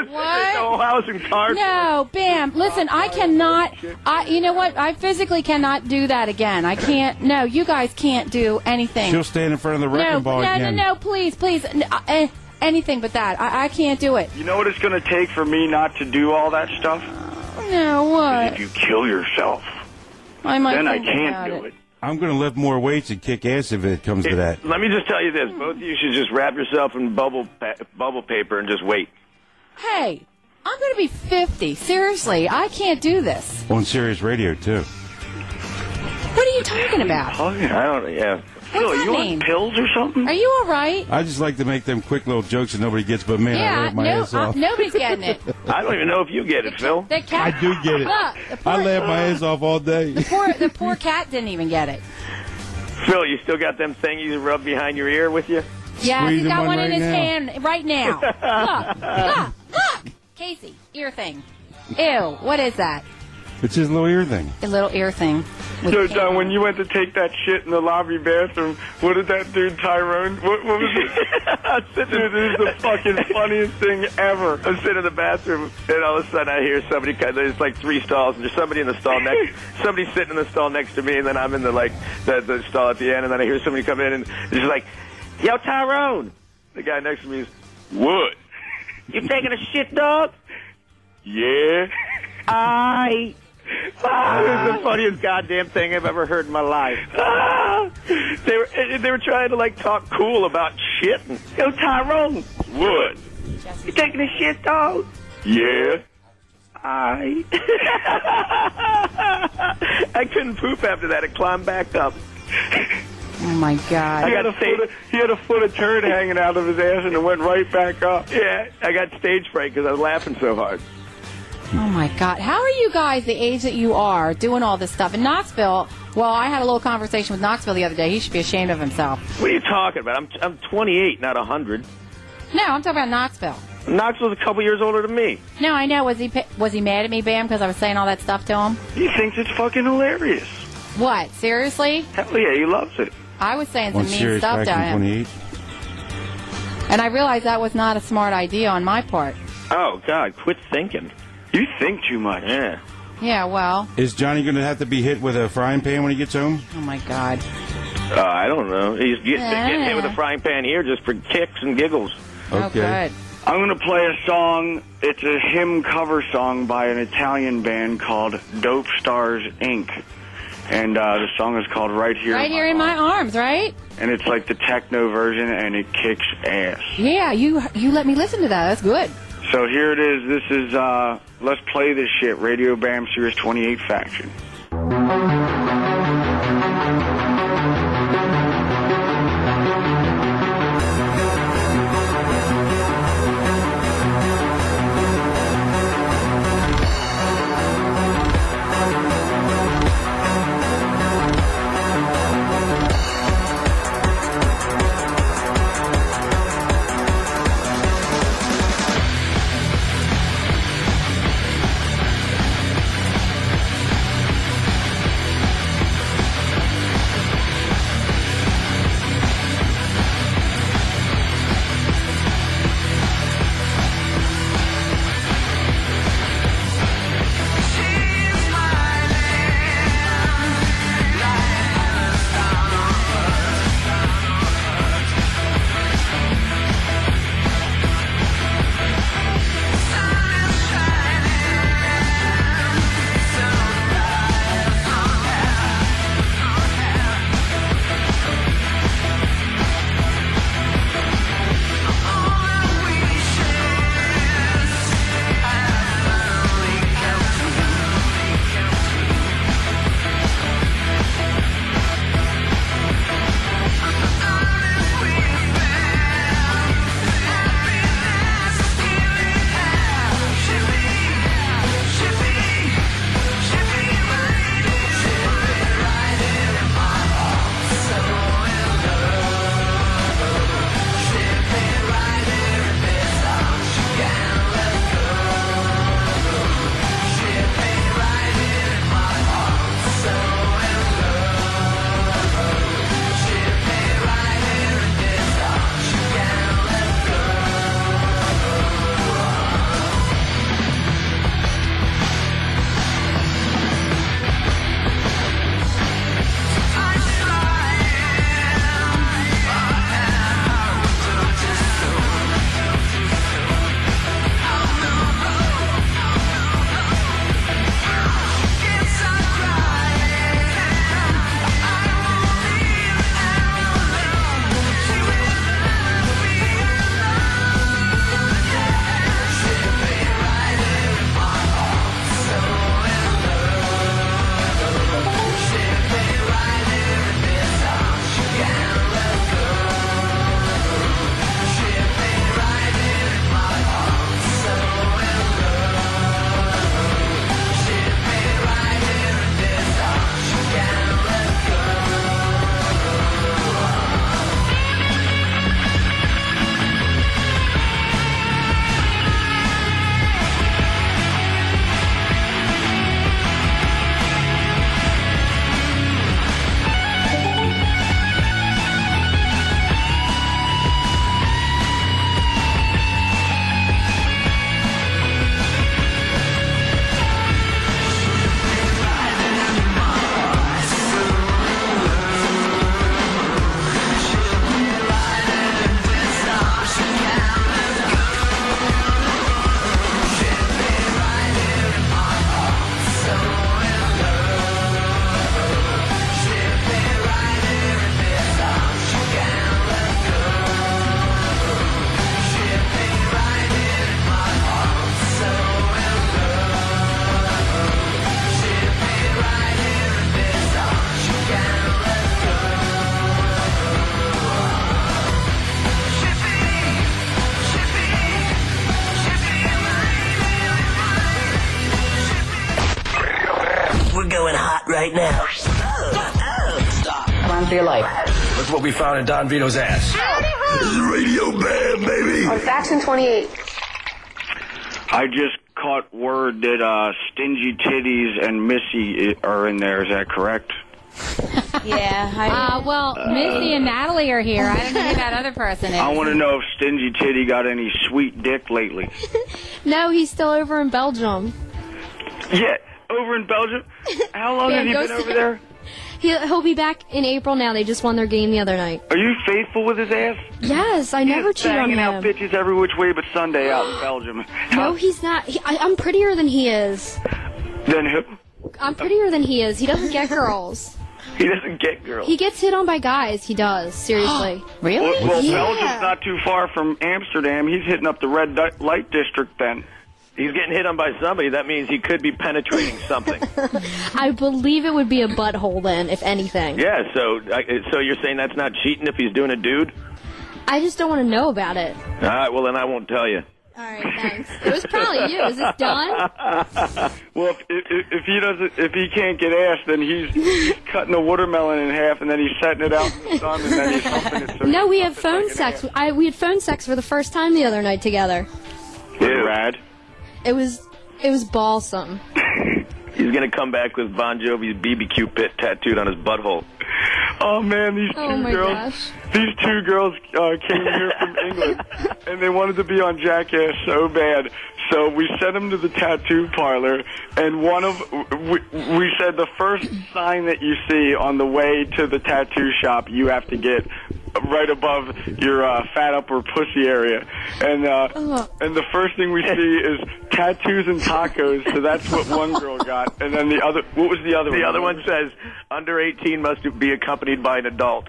Speaker 9: What? No, bam. Listen, I cannot. I, you know what? I physically cannot do that again. I can't. No, you guys can't do anything.
Speaker 8: She'll stand in front of the wrecking
Speaker 9: no,
Speaker 8: ball
Speaker 9: no,
Speaker 8: again.
Speaker 9: no, no, please, please, n- uh, eh, anything but that. I, I can't do it.
Speaker 2: you know what it's going to take for me not to do all that stuff?
Speaker 9: No, what?
Speaker 2: If you kill yourself,
Speaker 9: I might
Speaker 2: then I
Speaker 9: think about
Speaker 2: can't do it.
Speaker 8: I'm going to lift more weights and kick ass if it comes
Speaker 7: <laughs>
Speaker 8: to that.
Speaker 7: Let me just tell you this: both of you should just wrap yourself in bubble pa- bubble paper and just wait.
Speaker 9: Hey, I'm going to be 50. Seriously, I can't do this.
Speaker 8: On Sirius Radio, too.
Speaker 9: What are you talking about?
Speaker 7: Oh yeah, I don't. Yeah,
Speaker 9: What's that mean?
Speaker 2: pills or something?
Speaker 9: Are you all right?
Speaker 8: I just like to make them quick little jokes that nobody gets but me. and I
Speaker 9: yeah,
Speaker 8: laugh my
Speaker 9: no,
Speaker 8: ass
Speaker 9: uh,
Speaker 8: off.
Speaker 9: nobody's
Speaker 2: <laughs>
Speaker 9: getting it.
Speaker 7: I don't even know if you get it, Phil.
Speaker 9: The cat,
Speaker 8: I do get it.
Speaker 9: Look, the poor,
Speaker 8: I laugh my ass off all day.
Speaker 9: <laughs> the <laughs> poor, the poor cat didn't even get it.
Speaker 7: Phil, you still got them thing you rub behind your ear with you?
Speaker 9: Yeah,
Speaker 7: Squeeze
Speaker 9: he's got
Speaker 7: him
Speaker 9: one,
Speaker 7: one
Speaker 9: in
Speaker 7: right
Speaker 9: his
Speaker 7: now.
Speaker 9: hand right now. look, look, look, Casey, ear thing. Ew, what is that?
Speaker 8: It's his little ear thing.
Speaker 9: A little ear thing.
Speaker 2: So, Don, when you went to take that shit in the lobby bathroom, what did that dude Tyrone? What, what was it?
Speaker 7: <laughs>
Speaker 2: dude, this is the fucking funniest thing ever.
Speaker 7: I'm sitting in the bathroom, and all of a sudden I hear somebody. cut- There's like three stalls, and there's somebody in the
Speaker 2: <laughs>
Speaker 7: stall next. Somebody's sitting in the stall next to me, and then I'm in the like the, the stall at the end, and then I hear somebody come in, and she's like, "Yo, Tyrone!" The guy next to me is,
Speaker 2: <laughs>
Speaker 7: "What? You taking a shit, dog?" Yeah. I. Ah, this is the funniest goddamn thing I've ever heard in my life. Ah, they were eh, they were trying to like talk cool about shit. Yo, Tyrone. What? You taking a shit, dog? Yeah.
Speaker 2: <laughs>
Speaker 7: I. I couldn't poop after that. It climbed back up.
Speaker 9: Oh my god!
Speaker 7: I
Speaker 2: He
Speaker 7: got
Speaker 2: had, a foot of, he had a foot of turd hanging out of his ass, and it went right back up.
Speaker 7: Yeah, I got stage fright because I was laughing so hard.
Speaker 9: Oh my God! How are you guys, the age that you are, doing all this stuff in Knoxville? Well, I had a little conversation with Knoxville the other day. He should be ashamed of himself.
Speaker 7: What are you talking about? I'm I'm 28, not 100.
Speaker 9: No, I'm talking about Knoxville.
Speaker 7: Knoxville's a couple years older than me.
Speaker 9: No, I know. Was he pi- was he mad at me, Bam, because I was saying all that stuff to him?
Speaker 2: He thinks it's fucking hilarious.
Speaker 9: What? Seriously?
Speaker 2: Hell yeah, he loves it.
Speaker 9: I was saying some
Speaker 8: On
Speaker 9: mean
Speaker 8: Sirius
Speaker 9: stuff
Speaker 8: back
Speaker 9: to
Speaker 8: in
Speaker 9: him,
Speaker 8: 28.
Speaker 9: and I realized that was not a smart idea on my part.
Speaker 7: Oh God, quit thinking.
Speaker 2: You think too much.
Speaker 7: Yeah.
Speaker 9: Yeah, well,
Speaker 8: Is Johnny going to have to be hit with a frying pan when he gets home?
Speaker 9: oh my God.
Speaker 7: Uh, I don't know. He's get,
Speaker 9: Yeah.
Speaker 7: getting hit with a frying pan here just for kicks and giggles.
Speaker 9: Oh,
Speaker 8: Okay.
Speaker 2: I'm gonna play a song. It's a hymn cover song by an Italian band called Dope Stars Inc. And uh, the song is called Right Here.
Speaker 9: Right here in my arms, right?
Speaker 2: And it's like the techno version, and it kicks ass.
Speaker 9: Yeah, you you let me listen to that. That's good.
Speaker 2: So here it is. This is uh, let's play this shit. Radio Bam Series 28 faction.
Speaker 15: Right right now.
Speaker 4: Run for your life.
Speaker 5: That's what we found in Don Vito's ass. Radio Bam, baby.
Speaker 4: On faction 28.
Speaker 16: I just caught word that uh, Stingy Titties and Missy i- are in there. Is that correct?
Speaker 9: Yeah. uh, well, Missy and Natalie are here. I don't know who that other person is.
Speaker 16: I want to know if Stingy Titty got any sweet dick lately.
Speaker 17: No, he's still over in Belgium.
Speaker 16: Yeah, over in Belgium. How long
Speaker 17: Yeah,
Speaker 16: have you
Speaker 17: go
Speaker 16: been
Speaker 17: see-
Speaker 16: over there?
Speaker 17: He'll, he'll be back in April now. They just won their game the other night.
Speaker 16: Are you faithful with his ass?
Speaker 17: Yes, I never cheat on
Speaker 16: Banging
Speaker 17: him.
Speaker 16: out bitches every which way but Sunday out in Belgium.
Speaker 17: No, he's not. He, I, I'm prettier than he is.
Speaker 16: Then who?
Speaker 17: I'm prettier than he is. He doesn't get girls.
Speaker 16: He doesn't get girls.
Speaker 17: He gets hit on by guys. He does. Seriously.
Speaker 16: Well, well
Speaker 17: yeah.
Speaker 16: Belgium's not too far from Amsterdam. He's hitting up the red di- light district then.
Speaker 7: He's getting hit on by somebody. That means he could be penetrating something.
Speaker 16: <laughs>
Speaker 17: I believe it would be a butthole then, if anything.
Speaker 7: yeah. So, I- so you're saying that's not cheating if he's doing a dude?
Speaker 17: I just don't want to know about it.
Speaker 7: All right. Well, then I won't tell you.
Speaker 17: All right, thanks. It was probably you. Is this done?
Speaker 16: <laughs> Well, if, if, if he doesn't, if he can't get ass, then he's,
Speaker 17: <laughs>
Speaker 16: he's cutting a watermelon in half, and then he's setting it out in the sun, and then he's humping it. So
Speaker 17: No, we have phone sex. I, we had phone sex for the first time the other night together.
Speaker 16: rad.
Speaker 17: It was it was balsam.
Speaker 7: He's gonna come back with Bon Jovi's BBQ pit tattooed on his butthole.
Speaker 16: Oh man, these two
Speaker 17: Oh my
Speaker 16: girls,
Speaker 17: gosh.
Speaker 16: these two girls uh, came here from England, and they wanted to be on Jackass so bad. So we sent them to the tattoo parlor, and one of we, we said the first sign that you see on the way to the tattoo shop, you have to get right above your uh, fat upper pussy area, and uh, and the first thing we see is tattoos and tacos. So that's what one girl got, and then the other. What was the other?
Speaker 7: The
Speaker 16: one?
Speaker 7: other one says, "Under 18 must be accompanied by an
Speaker 16: <laughs>
Speaker 7: adult."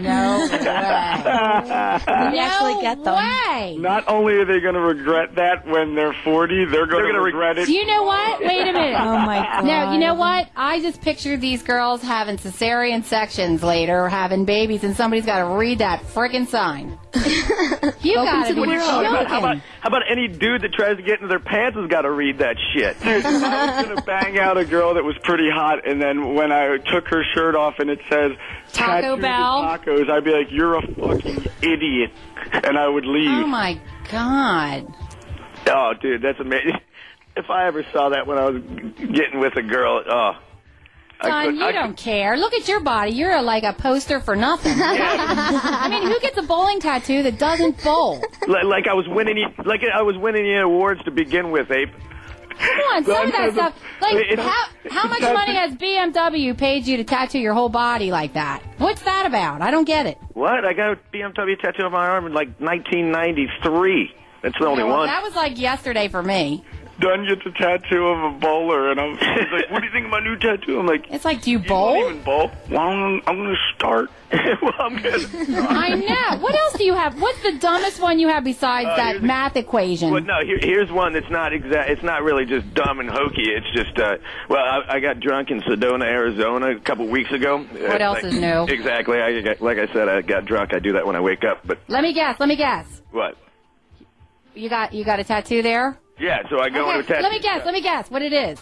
Speaker 9: no actually get them. way.
Speaker 16: Not only are they going to regret that when they're 40, they're going to regret it.
Speaker 9: Do you know what? Wait a minute.
Speaker 16: Oh, my God.
Speaker 9: No, you know what? I just pictured these girls having cesarean sections later, or having babies, and somebody's got to read that
Speaker 7: <laughs>
Speaker 9: friggin' sign. you
Speaker 7: Welcome
Speaker 9: got
Speaker 7: to
Speaker 9: to
Speaker 7: the
Speaker 9: be
Speaker 7: world. How about,
Speaker 9: joking.
Speaker 7: how about any dude that tries to get into their pants has got to read that shit?
Speaker 9: <laughs>
Speaker 16: Dude, I was going to bang out a girl that was pretty hot, and then when I took her shirt off and it says
Speaker 9: Taco
Speaker 16: "Tattoos and
Speaker 9: Bell."
Speaker 16: tacos, I'd be like, "You're a fucking idiot," and I would leave.
Speaker 9: Oh my God.
Speaker 7: Oh, dude, that's amazing. <laughs> If I ever saw that when I was getting with a girl, oh, I
Speaker 9: Don,
Speaker 7: couldn't-
Speaker 9: you
Speaker 7: I
Speaker 9: don't care. Look at your body. You're like a poster for
Speaker 7: <laughs>
Speaker 9: nothing. I mean, who gets a bowling tattoo that doesn't bowl?
Speaker 7: li- like I was winning, e, like I was winning the awards to begin with, ape.
Speaker 9: Come on, some of that stuff. Like,
Speaker 7: It's-
Speaker 9: how, how much
Speaker 7: it's-
Speaker 9: money has BMW paid you to tattoo your whole body like that? What's that about? I don't get it.
Speaker 7: What? I got a BMW tattoo on my arm in like 1993. That's the only
Speaker 9: Yeah, well,
Speaker 7: one.
Speaker 9: That was like yesterday for me.
Speaker 16: Done gets a tattoo of a bowler, and I'm she's like, "What do you think of my new tattoo?" I'm like,
Speaker 9: "It's like, do you bowl?"
Speaker 16: Don't even bowl. Well, I'm, I'm going to start. <laughs> well, I'm
Speaker 9: <laughs>
Speaker 16: going to.
Speaker 9: <laughs> I know. What else do you have? What's the dumbest one you have besides
Speaker 7: Uh,
Speaker 9: that
Speaker 7: here's a-
Speaker 9: math equation?
Speaker 7: Well, no. Here, here's one that's not exact. It's not really just dumb and hokey. It's just, uh, well, I, I got drunk in Sedona, Arizona, a couple weeks ago.
Speaker 9: What else is new?
Speaker 7: Exactly. I, got- like I said, I got drunk. I do that when I wake up. But
Speaker 9: Let me guess. Let me guess.
Speaker 7: what?
Speaker 9: You got you got a tattoo there?
Speaker 7: Yeah. So I go into
Speaker 9: Okay,
Speaker 7: a tattoo.
Speaker 9: let me guess. Let me guess what it is.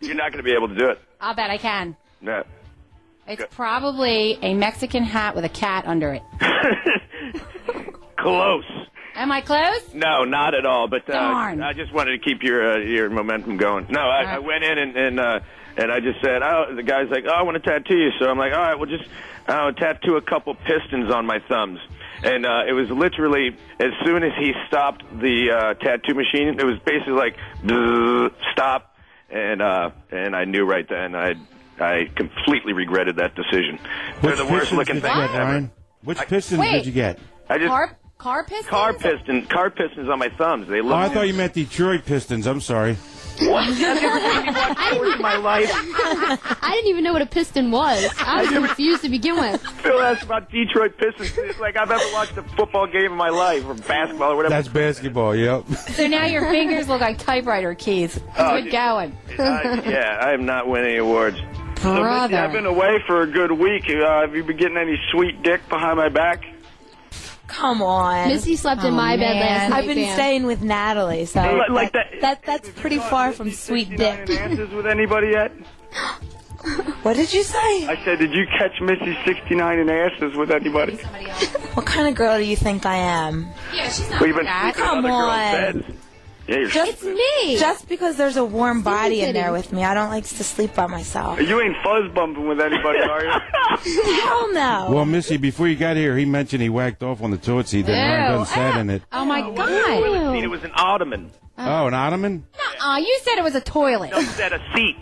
Speaker 7: You're not going to be able to do it.
Speaker 9: I'll bet I can.
Speaker 7: No.
Speaker 9: It's probably a Mexican hat with a cat under it.
Speaker 7: Close.
Speaker 9: Am I close?
Speaker 7: No, not at all. But uh,
Speaker 9: Darn.
Speaker 7: I just wanted to keep your uh, your momentum going. No, I, I went in and and, uh, and I just said, oh, the guy's like, oh, I want to tattoo you. So I'm like, all right, well, just uh, tattoo a couple pistons on my thumbs. And uh, it was literally as soon as he stopped the uh, tattoo machine, it was basically like "Bzzz, stop, and uh, and I knew right then I I completely regretted that decision. They're the worst
Speaker 8: pistons
Speaker 7: looking
Speaker 8: did
Speaker 7: thing
Speaker 8: you get,
Speaker 7: ever.
Speaker 8: Ryan? Which pistons
Speaker 9: Wait.
Speaker 8: did you get?
Speaker 7: I just
Speaker 9: Car car pistons?
Speaker 7: car piston car pistons on my thumbs. They
Speaker 8: Oh,
Speaker 7: look.
Speaker 8: I thought you meant Detroit Pistons. I'm sorry.
Speaker 7: <laughs> What? I've never seen you watch sports in my life.
Speaker 17: I didn't even know what a piston
Speaker 9: <laughs>
Speaker 17: was. I was confused to begin with.
Speaker 7: Phil asked about Detroit Pistons. It's like I've ever watched a football game in my life or basketball or whatever.
Speaker 8: That's basketball. Yep.
Speaker 9: So now your fingers look like typewriter keys.
Speaker 7: Oh,
Speaker 9: Good going.
Speaker 7: Uh, yeah, I am not winning awards.
Speaker 16: Missy, I've been away for a good week. Uh, have you been getting any sweet dick behind my back?
Speaker 18: Come on.
Speaker 17: Missy slept
Speaker 16: Oh,
Speaker 17: in my bed last night,
Speaker 18: I've been
Speaker 17: Pam.
Speaker 18: staying with Natalie, so
Speaker 16: Hey,
Speaker 18: that,
Speaker 16: like
Speaker 18: that, that's pretty far from sweet dick.
Speaker 16: Dances with anybody yet?
Speaker 18: What did you say?
Speaker 2: I said, did you catch Missy 69 in asses with anybody?
Speaker 18: What kind of girl do you think I am?
Speaker 9: Yeah, she's
Speaker 2: Well, you've been sleeping
Speaker 18: Ah, Come
Speaker 2: other girls'
Speaker 18: on.
Speaker 2: beds. Yeah, you're
Speaker 18: Just me. Just because there's a warm body in there with me, I don't like to sleep by myself.
Speaker 2: You ain't fuzz bumping with anybody, are
Speaker 7: <laughs>
Speaker 2: you?
Speaker 18: Hell
Speaker 9: Oh.
Speaker 18: no.
Speaker 8: Well, Missy, before you got here, he mentioned he whacked off on the toilet seat that Ron
Speaker 9: Ew,
Speaker 8: Dunn sat in it.
Speaker 9: Oh my
Speaker 7: I
Speaker 9: god.
Speaker 7: mean, it was an ottoman.
Speaker 8: Oh, an ottoman?
Speaker 9: Uh, you said it was a toilet.
Speaker 7: It was at a seat.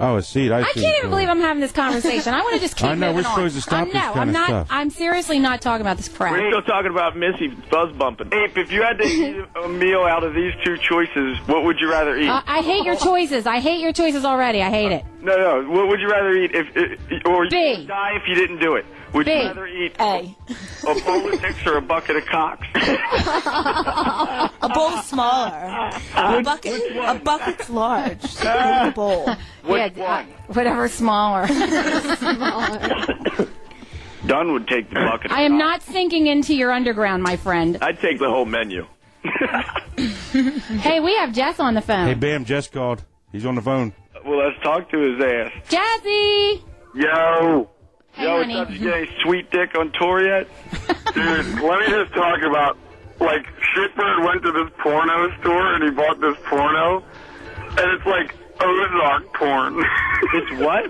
Speaker 8: Oh, a seat. I,
Speaker 9: I can't even believe I'm having this conversation. I want to just keep
Speaker 8: I know,
Speaker 9: moving
Speaker 8: we're
Speaker 9: on.
Speaker 8: supposed to stop
Speaker 9: I
Speaker 8: this
Speaker 9: know,
Speaker 8: kind
Speaker 9: I'm
Speaker 8: of
Speaker 9: not.
Speaker 8: stuff.
Speaker 9: I'm seriously not talking about this crap.
Speaker 7: We're still talking about Missy fuzz bumping.
Speaker 2: Ape, if you had to eat a meal out of these two choices, what would you rather eat?
Speaker 9: Uh, I hate your choices. I hate your choices already. I hate it.
Speaker 2: no, no. What would you rather eat if, if or you would die if you didn't do it? Would
Speaker 9: B.
Speaker 2: you rather eat a, a bowl of dicks or a bucket of cocks?
Speaker 18: A
Speaker 6: Uh-huh.
Speaker 18: bowl smaller. A bucket. A bucket's large.
Speaker 6: <laughs>
Speaker 18: So it's a bowl.
Speaker 9: yeah, uh,
Speaker 2: <laughs>
Speaker 9: whatever smaller.
Speaker 7: Dunn would take the bucket.
Speaker 9: I am not sinking into your underground, my friend.
Speaker 7: I'd take the whole menu.
Speaker 9: Hey, we have Jess on the
Speaker 8: Hey,
Speaker 9: phone.
Speaker 8: Bam, Jess called. He's on the phone.
Speaker 2: <laughs> well, let's talk to his ass.
Speaker 9: Jazzy.
Speaker 2: Yo.
Speaker 9: Hey,
Speaker 2: Yo,
Speaker 9: honey.
Speaker 2: what's up? You get any sweet dick on tour yet?
Speaker 6: Dude, let me just talk about like Shitbird went to this porno store and he bought this porno, and it's like Ozark porn. <laughs>
Speaker 2: it's what?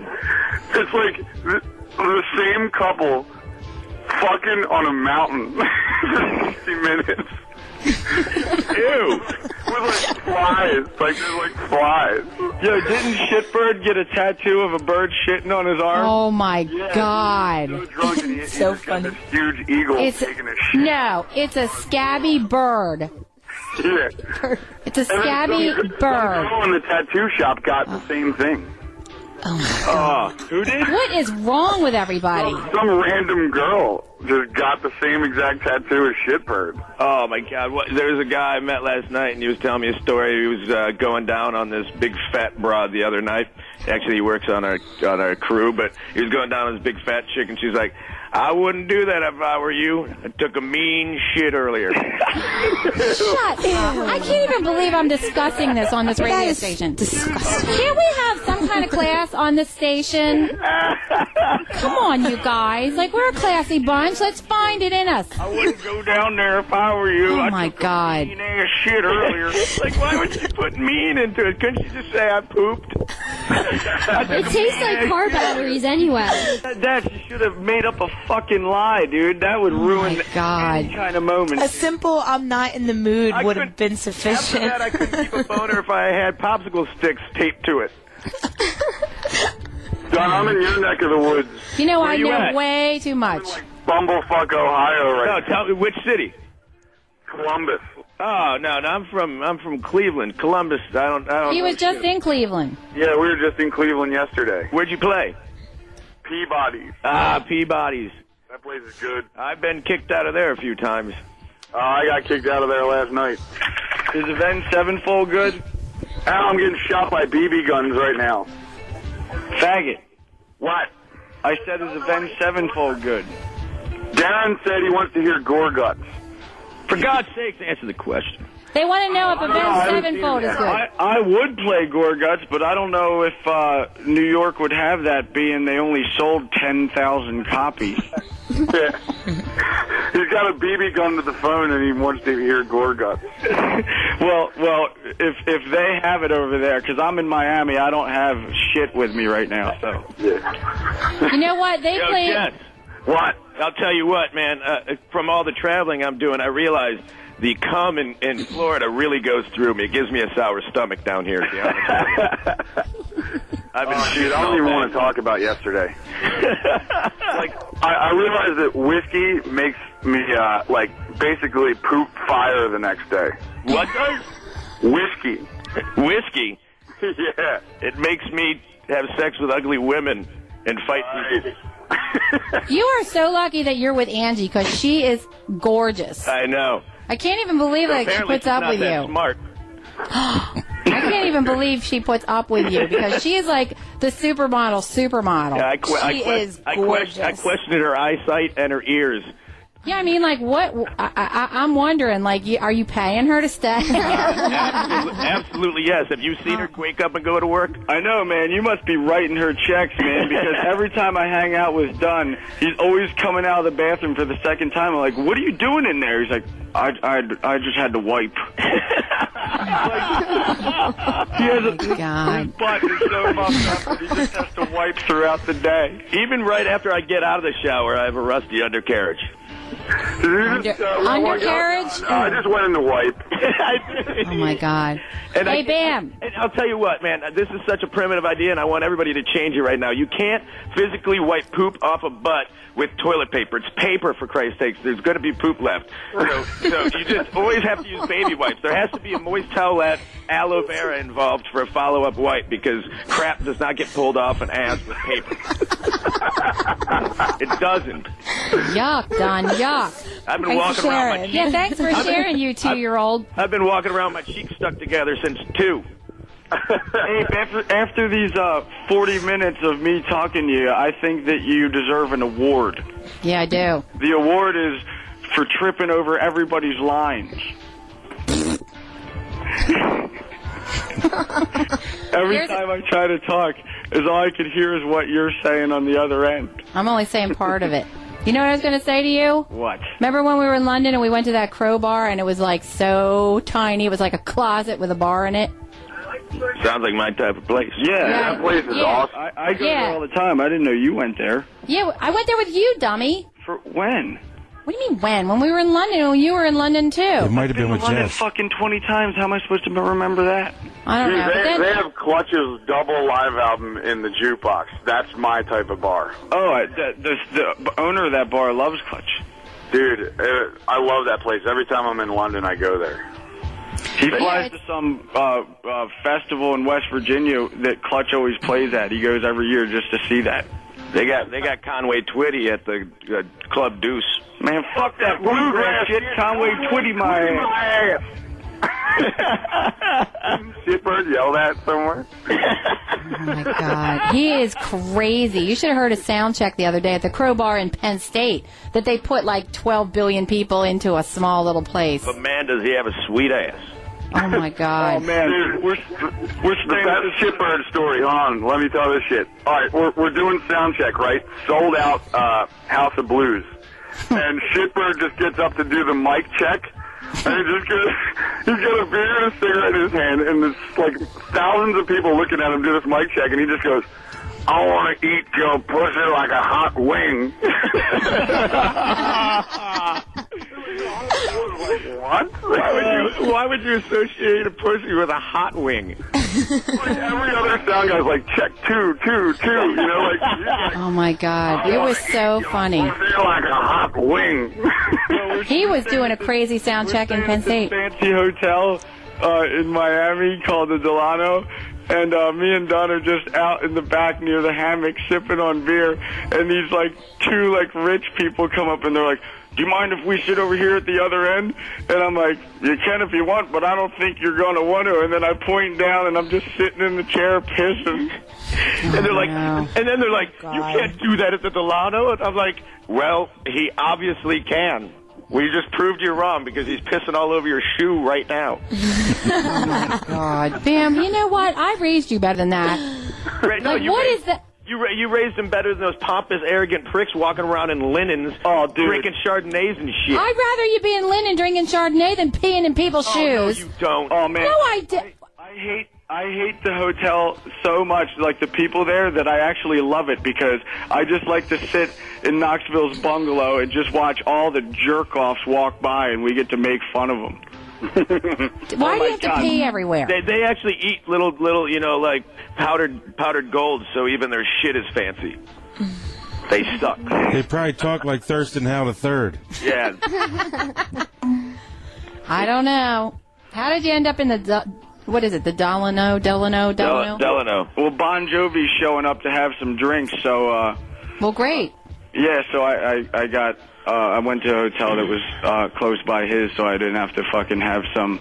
Speaker 6: It's like the, the same couple fucking on a mountain <laughs> for 60 minutes.
Speaker 2: Ew.
Speaker 6: With like flies, like there's like flies.
Speaker 2: Yo, didn't Shitbird get a tattoo of a bird shitting on his arm?
Speaker 9: Oh my
Speaker 6: So
Speaker 9: God.
Speaker 6: drunk
Speaker 18: <laughs>
Speaker 6: and he,
Speaker 9: So
Speaker 6: he just got this huge eagle
Speaker 9: It's
Speaker 6: taking a shit.
Speaker 9: no. It's a scabby bird.
Speaker 6: Yeah.
Speaker 9: It's a scabby
Speaker 6: And then some- Some
Speaker 9: bird.
Speaker 6: girl in the tattoo shop got the same thing. Uh,
Speaker 2: Oh, who did?
Speaker 9: What is wrong with everybody?
Speaker 6: Some random girl just got the same exact tattoo as Shitbird.
Speaker 7: Oh my God! What, there was a guy I met last night, and he was telling me a story. He was uh, going down on this big fat broad the other night. Actually, he works on our on our crew, but he was going down on this big fat chick, and she's like, "I wouldn't do that if I were you. I took a mean shit earlier."
Speaker 9: Shut up. I can't even believe I'm discussing this on this radio station. Can we have some kind of class on this station? Come on, you guys. Like, we're a classy bunch. Let's find it in us.
Speaker 2: I wouldn't go down there if I were you.
Speaker 9: Oh,
Speaker 2: I
Speaker 9: my
Speaker 2: took a
Speaker 9: God.
Speaker 2: Mean ass shit earlier.
Speaker 7: like, why would she put mean into it? Couldn't she just say I pooped?
Speaker 17: It tastes like
Speaker 7: <laughs>
Speaker 17: car batteries anyway.
Speaker 2: That, that she should have made up a fucking lie, dude. That would ruin any kind of moment.
Speaker 18: Oh A simple "I'm not in the mood" would have been
Speaker 2: After
Speaker 18: sufficient.
Speaker 2: that, I couldn't keep a boner if I had popsicle sticks taped to it.
Speaker 6: Don, I'm in your neck of the woods,
Speaker 9: You know, I
Speaker 6: you
Speaker 9: know
Speaker 6: at?
Speaker 9: way too much.
Speaker 6: Bumblefuck, Ohio, right?
Speaker 7: No, tell me which city.
Speaker 6: Columbus.
Speaker 7: Oh no, no, I'm from I'm from Cleveland, Columbus. I don't I don't.
Speaker 9: He
Speaker 7: know
Speaker 9: was just in Cleveland.
Speaker 6: Yeah, we were just in Cleveland yesterday.
Speaker 7: Where'd you play?
Speaker 6: Peabody.
Speaker 7: Ah, Peabody's.
Speaker 6: That place is good.
Speaker 7: I've been kicked out of there a few times.
Speaker 6: Uh, I got kicked out of there last night.
Speaker 2: Is Avenged Sevenfold good?
Speaker 6: Now I'm getting shot by BB guns right now.
Speaker 2: Faggot.
Speaker 6: What?
Speaker 2: I said is Avenged Sevenfold good?
Speaker 6: Darren said he wants to hear gore guts.
Speaker 7: For God's sakes, answer the question.
Speaker 9: They want to know if
Speaker 2: I
Speaker 9: Avenged
Speaker 2: haven't
Speaker 9: Sevenfold is good.
Speaker 2: I, I would play Gore Guts, but I don't know if uh, New York would have that, being they only sold 10,000 copies. <laughs>
Speaker 6: Yeah. <laughs> He's got a BB gun to the phone and he wants to hear gore guts.
Speaker 2: well, well, if if they have it over there, 'cause I'm in Miami, I don't have shit with me right now. So
Speaker 9: You know what? They
Speaker 7: Yo,
Speaker 9: play.
Speaker 7: Jets,
Speaker 6: What?
Speaker 7: I'll tell you what, man. Uh, from all the traveling I'm doing, I realize the cum in, in Florida really goes through me. It gives me a sour stomach down here. To be honest with Oh, you. I've been
Speaker 6: Dude, I don't even want to talk about
Speaker 7: <laughs>
Speaker 6: yesterday. like, I, I realized that whiskey makes me, uh, like, basically poop fire the next day.
Speaker 7: What does
Speaker 6: Whiskey.
Speaker 7: whiskey? <laughs>
Speaker 6: yeah.
Speaker 7: It makes me have sex with ugly women and fight people.
Speaker 6: <laughs>
Speaker 9: You are so lucky that you're with Angie because she is gorgeous.
Speaker 7: I know.
Speaker 9: I can't even believe that she
Speaker 7: Apparently,
Speaker 9: puts
Speaker 7: she's
Speaker 9: up
Speaker 7: not
Speaker 9: with
Speaker 7: that
Speaker 9: you.
Speaker 7: Smart.
Speaker 9: I can't even believe she puts up with you because she is like the supermodel supermodel.
Speaker 7: Yeah, I que- I
Speaker 18: She
Speaker 7: que-
Speaker 18: is
Speaker 7: I, question, I
Speaker 18: gorgeous.
Speaker 7: questioned her eyesight and her ears.
Speaker 9: Yeah, I mean, like, what? I, I, I'm wondering, like, you, are you paying her to stay? <laughs>
Speaker 7: Absolutely yes. Have you seen her wake up and go to work?
Speaker 16: I know, man. You must be writing her checks, man, because
Speaker 7: <laughs>
Speaker 16: every time I hang out with Dunn, he's always coming out of the bathroom for the second time. I'm like, what are you doing in there? He's like, I, I, I just had to
Speaker 7: <laughs>
Speaker 16: wipe. He has a,
Speaker 9: Oh
Speaker 16: His butt is so buffed up that he just has to wipe throughout the day.
Speaker 7: Even right after I get out of the shower, I have a rusty undercarriage. <laughs>
Speaker 6: uh,
Speaker 9: undercarriage?
Speaker 6: I just went in the wipe.
Speaker 9: oh
Speaker 7: <laughs>
Speaker 9: my God.
Speaker 7: And
Speaker 9: hey,
Speaker 7: I-
Speaker 9: Bam.
Speaker 7: And I'll tell you what, man, this is such a primitive idea, and I want everybody to change it right now. You can't physically wipe poop off a butt with toilet paper. It's paper, for Christ's sakes. There's going to be poop left. So, so you just always have to use baby wipes. There has to be a moist towelette, aloe vera involved for a follow-up wipe because crap does not get pulled off an ass with paper. <laughs> it doesn't.
Speaker 9: Yuck, Don. Yuck.
Speaker 7: I've been walking around my cheeks.
Speaker 9: Yeah, thanks for
Speaker 7: <laughs> I've been-
Speaker 9: sharing, you two-year-old.
Speaker 7: I've been walking around my cheeks stuck together since two. <laughs>
Speaker 16: Abe, after, after these uh, 40 minutes of me talking to you, I think that you deserve an award.
Speaker 9: Yeah, I do.
Speaker 16: The award is for tripping over everybody's
Speaker 7: <laughs>
Speaker 16: lines. Every time I try to talk, is all I could hear is what you're saying on the other end.
Speaker 9: I'm only saying part of it. You know what I was going to say to you?
Speaker 16: What?
Speaker 9: Remember when we were in London and we went to that crowbar and it was like so tiny? It was like a closet with a bar in it.
Speaker 7: Sounds like my type of place.
Speaker 16: Yeah,
Speaker 9: Yeah,
Speaker 16: that place is
Speaker 9: yeah.
Speaker 16: awesome. I, I go
Speaker 9: Yeah.
Speaker 16: there all the time. I didn't know you went there.
Speaker 9: Yeah, I went there with you, dummy.
Speaker 16: For when?
Speaker 9: What do you mean when? When we were in London, when you were in London too. It
Speaker 8: might have been with
Speaker 16: London
Speaker 8: Jeff.
Speaker 16: fucking 20 times. How am I supposed to remember that?
Speaker 9: I don't
Speaker 6: Dude,
Speaker 9: know. But
Speaker 6: they,
Speaker 9: then,
Speaker 6: they have Clutch's double live album in the jukebox. That's my type of bar.
Speaker 16: Oh, I, the, the, the owner of that bar loves Clutch.
Speaker 6: Dude, uh, I love that place. Every time I'm in London, I go there.
Speaker 16: He flies to some uh, uh, festival in West Virginia that Clutch always plays at. He goes every year just to see that.
Speaker 7: They got they got Conway Twitty at the uh, Club Deuce.
Speaker 16: <laughs> Man, fuck that bluegrass shit. Conway Twitty my ass. <laughs>
Speaker 6: Shitbird yelled at somewhere.
Speaker 9: oh my God, he is crazy. You should have heard a sound check the other day at the crowbar in Penn State that they put like 12 billion people into a small little place.
Speaker 7: But man, does he have a sweet ass.
Speaker 9: Oh my God.
Speaker 16: Man, we're we're staying
Speaker 6: That's a shitbird story. Hold on, let me tell this shit. All right, we're we're doing sound check, right? Sold out uh, House
Speaker 16: <laughs>
Speaker 6: of Blues, and shitbird just gets up to do the mic check, and he just gets <laughs> he's got a beer and a cigarette in his hand, and there's like thousands of people looking at him do this mic check, and he just goes. I want to eat your pussy like a hot wing. <laughs>
Speaker 7: What? Why would you Why would you associate a pussy with a hot wing?
Speaker 6: Every other sound guy's like, check two, two, two. You know, like,
Speaker 9: Oh my God, it was
Speaker 6: <laughs>
Speaker 9: so funny.
Speaker 6: you're like a hot wing.
Speaker 9: He was
Speaker 6: <laughs>
Speaker 9: doing a crazy sound check in Penn State.
Speaker 16: fancy hotel uh, in Miami called the Delano. And uh, me and Don are just out in the back near the hammock sipping on beer. And these like two like rich people come up and they're like, do you mind if we sit over here at the other end? And I'm like, you can if you want, but I don't think you're going to want to. And then I point down and I'm just sitting in the chair pissing.
Speaker 7: And they're like, and then they're like, you can't do that at the Delano. And I'm like, well, he obviously can. We just proved you're wrong because he's pissing all over your shoe right now.
Speaker 9: God, Bam, you know what? I raised you better than that.
Speaker 7: Right, no,
Speaker 9: Like,
Speaker 7: you
Speaker 9: what
Speaker 7: raised,
Speaker 9: is that?
Speaker 7: You, ra- you raised him better than those pompous, arrogant pricks walking around in linens, oh, dude. drinking Chardonnays and shit.
Speaker 9: I'd rather you be in linen drinking Chardonnay than peeing in people's shoes.
Speaker 7: you don't.
Speaker 16: Oh, man.
Speaker 9: No, I did.
Speaker 16: I hate I hate the hotel so much, like the people there, that I actually love it because I just like to sit in Knoxville's bungalow and just watch all the jerk offs walk by, and we get to make fun of them.
Speaker 9: Why do you have to pee everywhere?
Speaker 7: They, they actually eat little, little, you know, like powdered, powdered gold. So even their shit is fancy. They suck.
Speaker 8: They probably talk like Thurston Howell III.
Speaker 7: Yeah.
Speaker 9: I don't know. How did you end up in the Del- what is it? The Delano, Delano, Delano.
Speaker 7: Delano.
Speaker 16: Well, Bon Jovi's showing up to have some drinks, so uh,
Speaker 9: well, great.
Speaker 16: yeah. So I I, I got uh, I went to a hotel that was uh, close by his, so I didn't have to fucking have some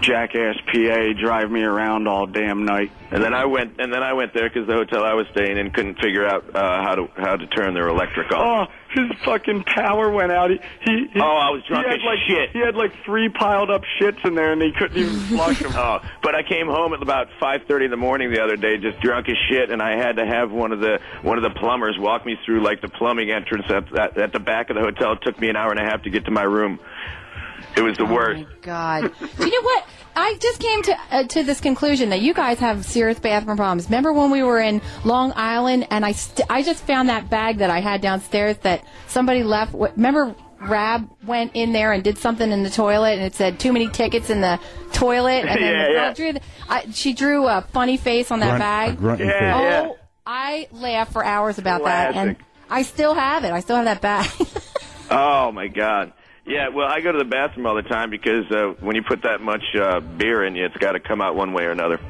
Speaker 6: jackass PA drive me around all damn night.
Speaker 7: And then I went, and then I went there because the hotel I was staying in couldn't figure out uh, how to how to turn their electric off.
Speaker 6: Oh, his fucking power went out. He, he, he
Speaker 7: Oh, I was drunk
Speaker 6: he had
Speaker 7: as
Speaker 6: like,
Speaker 7: shit.
Speaker 6: He had like three piled up shits in there, and he couldn't even flush them.
Speaker 7: Oh, but I came home at about 5:30 in the morning the other day, just drunk as shit, and I had to have one of the one of the plumbers walk me through like the plumbing entrance at, at, at the back of the hotel. It took me an hour and a half to get to my room. It was the worst.
Speaker 9: Oh, God. Do you know what? I just came to uh, to this conclusion that you guys have serious bathroom problems. Remember when we were in Long Island and I st- I just found that bag that I had downstairs that somebody left. Wh- Remember Rab went in there and did something in the toilet and it said too many tickets in the toilet and then
Speaker 19: Yeah,
Speaker 9: the girl
Speaker 19: yeah.
Speaker 9: drew the, I, she drew a funny face on that
Speaker 19: Grunt- a
Speaker 9: bag.
Speaker 19: grunting Yeah, face. yeah.
Speaker 9: Oh, I laughed for hours about that and
Speaker 7: Classic.
Speaker 9: I still have it. I still have that bag. <laughs>
Speaker 7: Oh my god. Yeah, well, I go to the bathroom all the time because uh, when you put that much uh, beer in you, it's got to come out one way or another.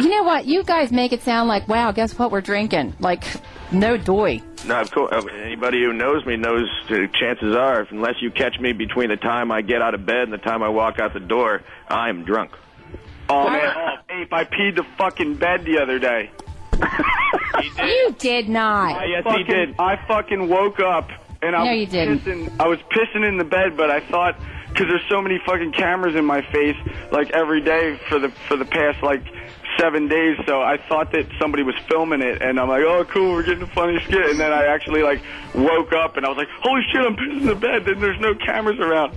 Speaker 9: You know what? You guys make it sound like, wow, guess what we're drinking? Like, no doy.
Speaker 7: No, of course. uh, Anybody who knows me knows. uh, Chances are, if, unless you catch me between the time I get out of bed and the time I walk out the door, I am drunk.
Speaker 6: Oh man, oh, ape! I peed the fucking bed the other day.
Speaker 9: You did not.
Speaker 6: I fucking, I fucking woke up and I
Speaker 9: No,
Speaker 6: was
Speaker 9: you didn't.
Speaker 6: pissing. I was pissing in the bed, but I thought because there's so many fucking cameras in my face, like every day for the for the past like seven days. So I thought that somebody was filming it, and I'm like, oh cool, we're getting a funny skit. And then I actually like woke up and I was like, holy shit, I'm pissing in the bed. Then there's no cameras around.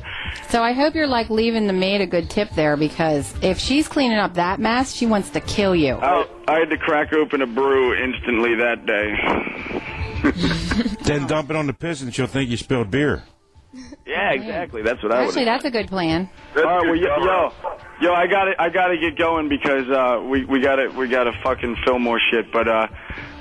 Speaker 9: So I hope you're like leaving the maid a good tip there because if she's cleaning up that mess, she wants to kill you.
Speaker 6: I, I had to crack open a brew instantly that day.
Speaker 8: Then dump it on the piss and she'll think you spilled beer.
Speaker 7: Yeah, exactly. That's what I would.
Speaker 9: Mm-hmm. Actually, that's a good plan.
Speaker 6: All right, well, yo, yo, yo, I got to I got to get going because uh, we we got to we got to fucking film more shit. But uh,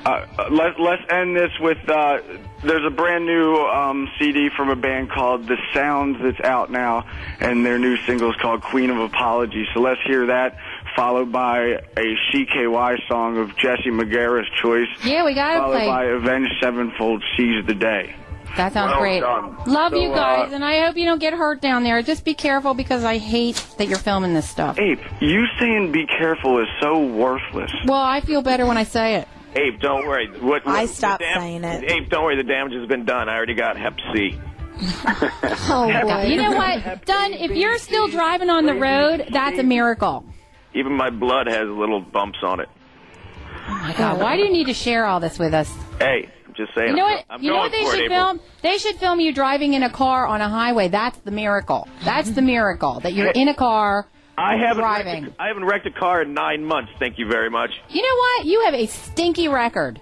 Speaker 6: uh, let let's end this with uh, there's a brand new um, CD from a band called The Sounds that's out now, and their new single is called Queen of Apology. So let's hear that, followed by a CKY song of Jesse McGarris' choice,
Speaker 9: Yeah, we gotta
Speaker 6: followed by
Speaker 9: play.
Speaker 6: Avenged Sevenfold "Seize the Day."
Speaker 9: That sounds
Speaker 6: Well
Speaker 9: great.
Speaker 6: done.
Speaker 9: Love
Speaker 6: So,
Speaker 9: you guys,
Speaker 6: uh,
Speaker 9: and I hope you don't get hurt down there. Just be careful because I hate that you're filming this stuff.
Speaker 6: Ape, you saying "be careful" is so worthless.
Speaker 9: Well, I feel better when I say it.
Speaker 7: Abe, don't worry. What, what,
Speaker 9: I
Speaker 7: the
Speaker 9: stopped
Speaker 7: dam-
Speaker 9: saying it.
Speaker 7: Abe, don't worry. The damage has been done. I already got Hep C.
Speaker 9: Oh, boy. You know what? Done. If you're still driving on the road, that's a miracle.
Speaker 7: Even my blood has little bumps on it.
Speaker 9: Oh, my God. Why do you need to share all this with us?
Speaker 7: Hey, I'm just saying.
Speaker 9: You know
Speaker 7: I'm-
Speaker 9: what?
Speaker 7: I'm
Speaker 9: you know
Speaker 7: going
Speaker 9: what they
Speaker 7: for it,
Speaker 9: should
Speaker 7: Abel.
Speaker 9: film? They should film you driving in a car on a highway. That's the miracle. That's the miracle that you're in a car
Speaker 7: I haven't
Speaker 9: driving.
Speaker 7: Wrecked a, I haven't wrecked a car in nine months. Thank you very much.
Speaker 9: You know what? You have a stinky record,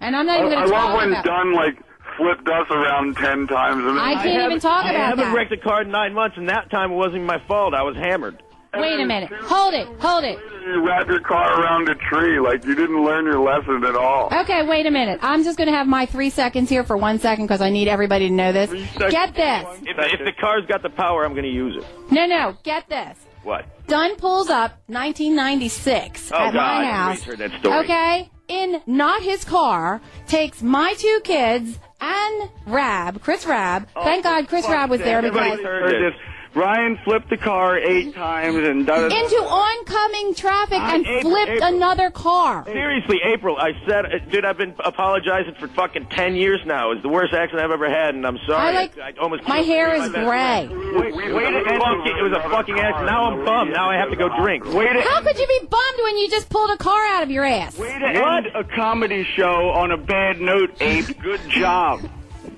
Speaker 9: and I'm not even
Speaker 20: I
Speaker 9: going to
Speaker 20: love
Speaker 9: talk
Speaker 20: when
Speaker 9: about.
Speaker 20: Dunn like flipped us around ten times. And
Speaker 9: I can't even talk
Speaker 7: I
Speaker 9: about
Speaker 7: haven't
Speaker 9: that.
Speaker 7: wrecked a car in nine months, and that time it wasn't even my fault. I was hammered.
Speaker 9: Wait a minute. Hold it. Hold it.
Speaker 20: You wrap your car around a tree like you didn't learn your lesson at all.
Speaker 9: Okay, wait a minute. I'm just going to have my three seconds here for one second because I need everybody to know this. Get this.
Speaker 7: If, if the car's got the power, I'm going to use it.
Speaker 9: No, no. Get this.
Speaker 7: What?
Speaker 9: Dunn pulls up 1996
Speaker 7: Oh, God,
Speaker 9: at my
Speaker 7: I
Speaker 9: house.
Speaker 7: heard that story.
Speaker 9: Okay, in not his car, takes my two kids and Rab, Chris Rab. Thank God Chris Rab was there because
Speaker 6: Everybody's heard this. Ryan flipped the car eight times and da da-
Speaker 9: into oncoming traffic and flipped another car.
Speaker 7: Seriously, April, I said, uh, dude, I've been apologizing for fucking ten years now. It's the worst accident I've ever had, and I'm sorry.
Speaker 9: I like-
Speaker 7: I almost
Speaker 9: my
Speaker 7: killed
Speaker 9: hair
Speaker 7: my
Speaker 9: is
Speaker 7: best
Speaker 9: gray.
Speaker 7: friend. Wait, wait, it, was fucking, it was a fucking accident. Now I'm bummed. Now I have to go drink.
Speaker 9: How could you be bummed when you just pulled a car out of your ass?
Speaker 6: What a comedy show on a bad note, Ape. Good job.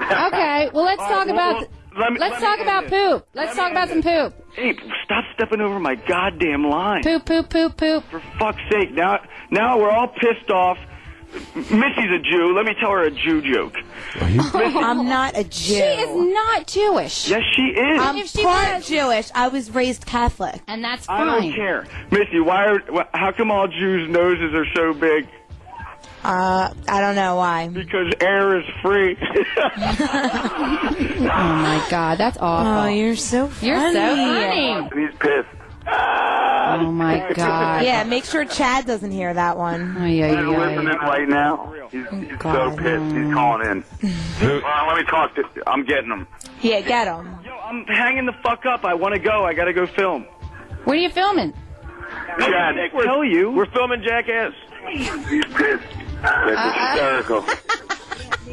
Speaker 9: Okay, well let's
Speaker 6: All
Speaker 9: talk
Speaker 6: right, well,
Speaker 9: about
Speaker 6: well, let me-
Speaker 9: let's
Speaker 6: let me
Speaker 9: talk
Speaker 6: end
Speaker 9: about
Speaker 6: this.
Speaker 9: poop.
Speaker 6: Let
Speaker 9: Let's
Speaker 6: me
Speaker 9: talk about some
Speaker 6: end
Speaker 9: poop.
Speaker 6: Ape, stop stepping over my goddamn line.
Speaker 9: Poop, poop, poop, poop.
Speaker 6: For fuck's sake, now now we're all pissed off. Missy's a Jew. Let me tell her a Jew joke.
Speaker 4: I'm not a Jew.
Speaker 9: She is not Jewish.
Speaker 6: Yes, she is.
Speaker 4: I'm
Speaker 9: If she
Speaker 4: part
Speaker 9: was-
Speaker 4: Jewish. I was raised Catholic.
Speaker 9: And that's
Speaker 6: I don't care, Missy. Why? Are, wh- how come all Jews' noses are so big?
Speaker 4: Uh, I don't know why.
Speaker 6: Because air is free. <laughs>
Speaker 9: Oh my God, that's awful.
Speaker 4: Oh, you're so
Speaker 9: You're so funny.
Speaker 20: And he's pissed.
Speaker 9: Oh
Speaker 21: <laughs>
Speaker 9: my God.
Speaker 4: Yeah, make sure Chad doesn't hear that one.
Speaker 9: Ay, ay,
Speaker 20: He's
Speaker 9: ay.
Speaker 20: listening right now. He's, he's so pissed. He's calling in. Well, let me talk to. I'm getting him.
Speaker 4: Yeah, get him.
Speaker 6: I'm hanging the fuck up. I want to go. I gotta go film.
Speaker 21: What are you filming?
Speaker 22: Chad, kill you. We're filming Jackass.
Speaker 6: That's hysterical.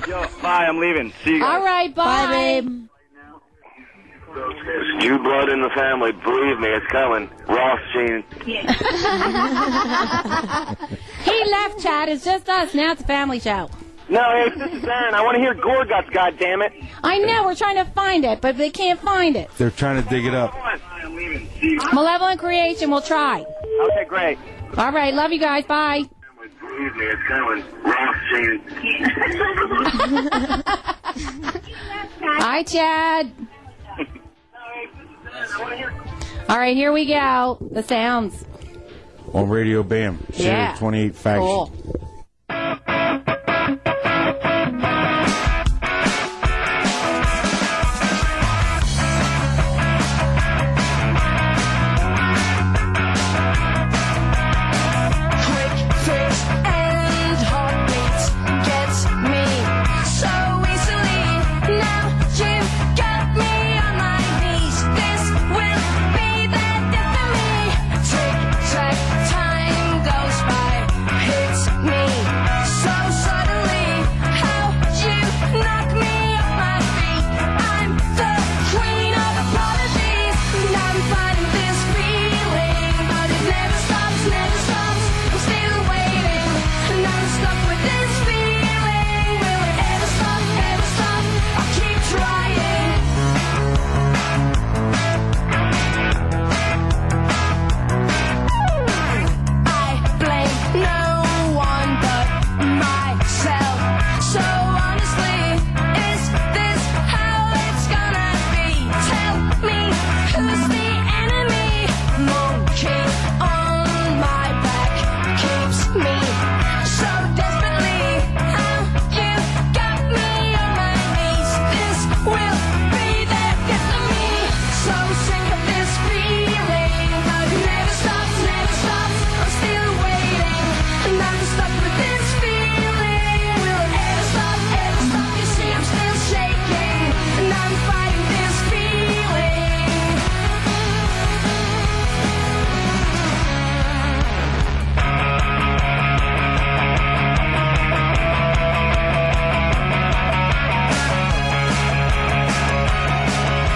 Speaker 22: Yo, bye. I'm leaving. See you guys.
Speaker 21: All right, bye.
Speaker 23: Bye,
Speaker 21: babe.
Speaker 6: There's Jew blood in the family. Believe me, it's coming. Ross Gene.
Speaker 21: He left, Chad. It's just us. Now it's a family show.
Speaker 7: No, hey, this is Aaron. I want to hear Gorguts, goddammit.
Speaker 21: I know we're trying to find it, but they can't find it.
Speaker 8: They're trying to dig it up.
Speaker 21: Malevolent creation will try.
Speaker 7: Okay, great.
Speaker 21: All right, love you guys. Bye.
Speaker 6: Believe me, it's coming. Ross Gene.
Speaker 21: Hi, Chad. All right, here we go. The sounds.
Speaker 8: On Radio Bam. Share
Speaker 21: Yeah.
Speaker 8: 28 Faction.
Speaker 21: Cool.
Speaker 9: Quick fix and heartbeats gets me so easily. Now you've got me on my knees. This will be the death of me. Tick tack, time goes by, hits me so suddenly. How you knock me off my feet? I'm the queen of apologies, and I'm fighting this feeling, but it never stops, never stops. I'm still waiting, and I'm stuck with this feeling. Will it ever stop? Ever stop? I keep trying. I blame no one but myself. So honestly, is this how it's gonna be? Tell me who's the enemy? Monkey on my back keeps me so desperately. How you got me on my knees? This will be the death of me. So sick of this feeling, but it never stops, never stops. I'm still waiting, and I'm stuck with this feeling. Will it ever stop? Ever stop? You see, I'm still shaking, and I'm fighting this feeling.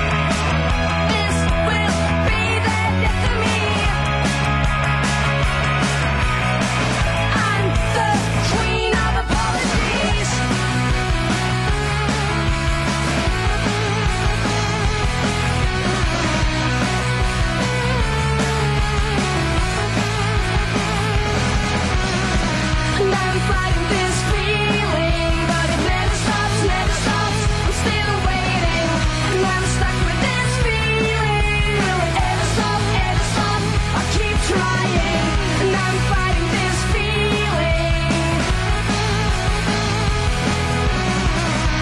Speaker 9: This will be the death of me. I'm the queen of apologies. And I'm fighting this feeling, but it never stops, never stops. I'm still waiting, and I'm stuck with this feeling. Will it ever stop, ever stop? I keep trying, and I'm fighting this feeling.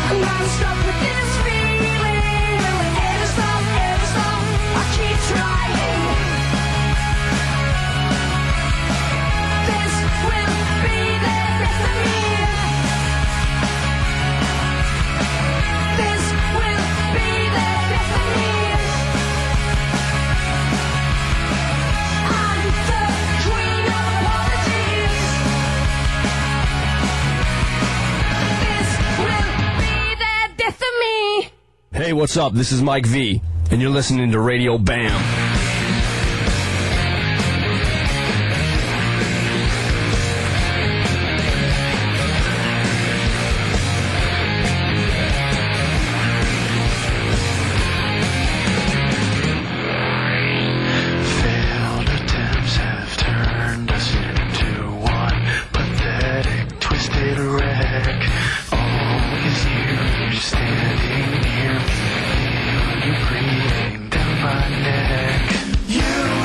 Speaker 9: And I'm stuck with this feeling. Will it ever stop, ever stop? I keep trying. This will be the death of me. This will be the death of me. I'm the queen of apologies. This will be the death of me.
Speaker 24: Hey, what's up? This is Mike V, and you're listening to Radio Bam.
Speaker 9: Failed attempts have turned us into one pathetic, twisted wreck. Always you standing near me, feel you breathing down my neck.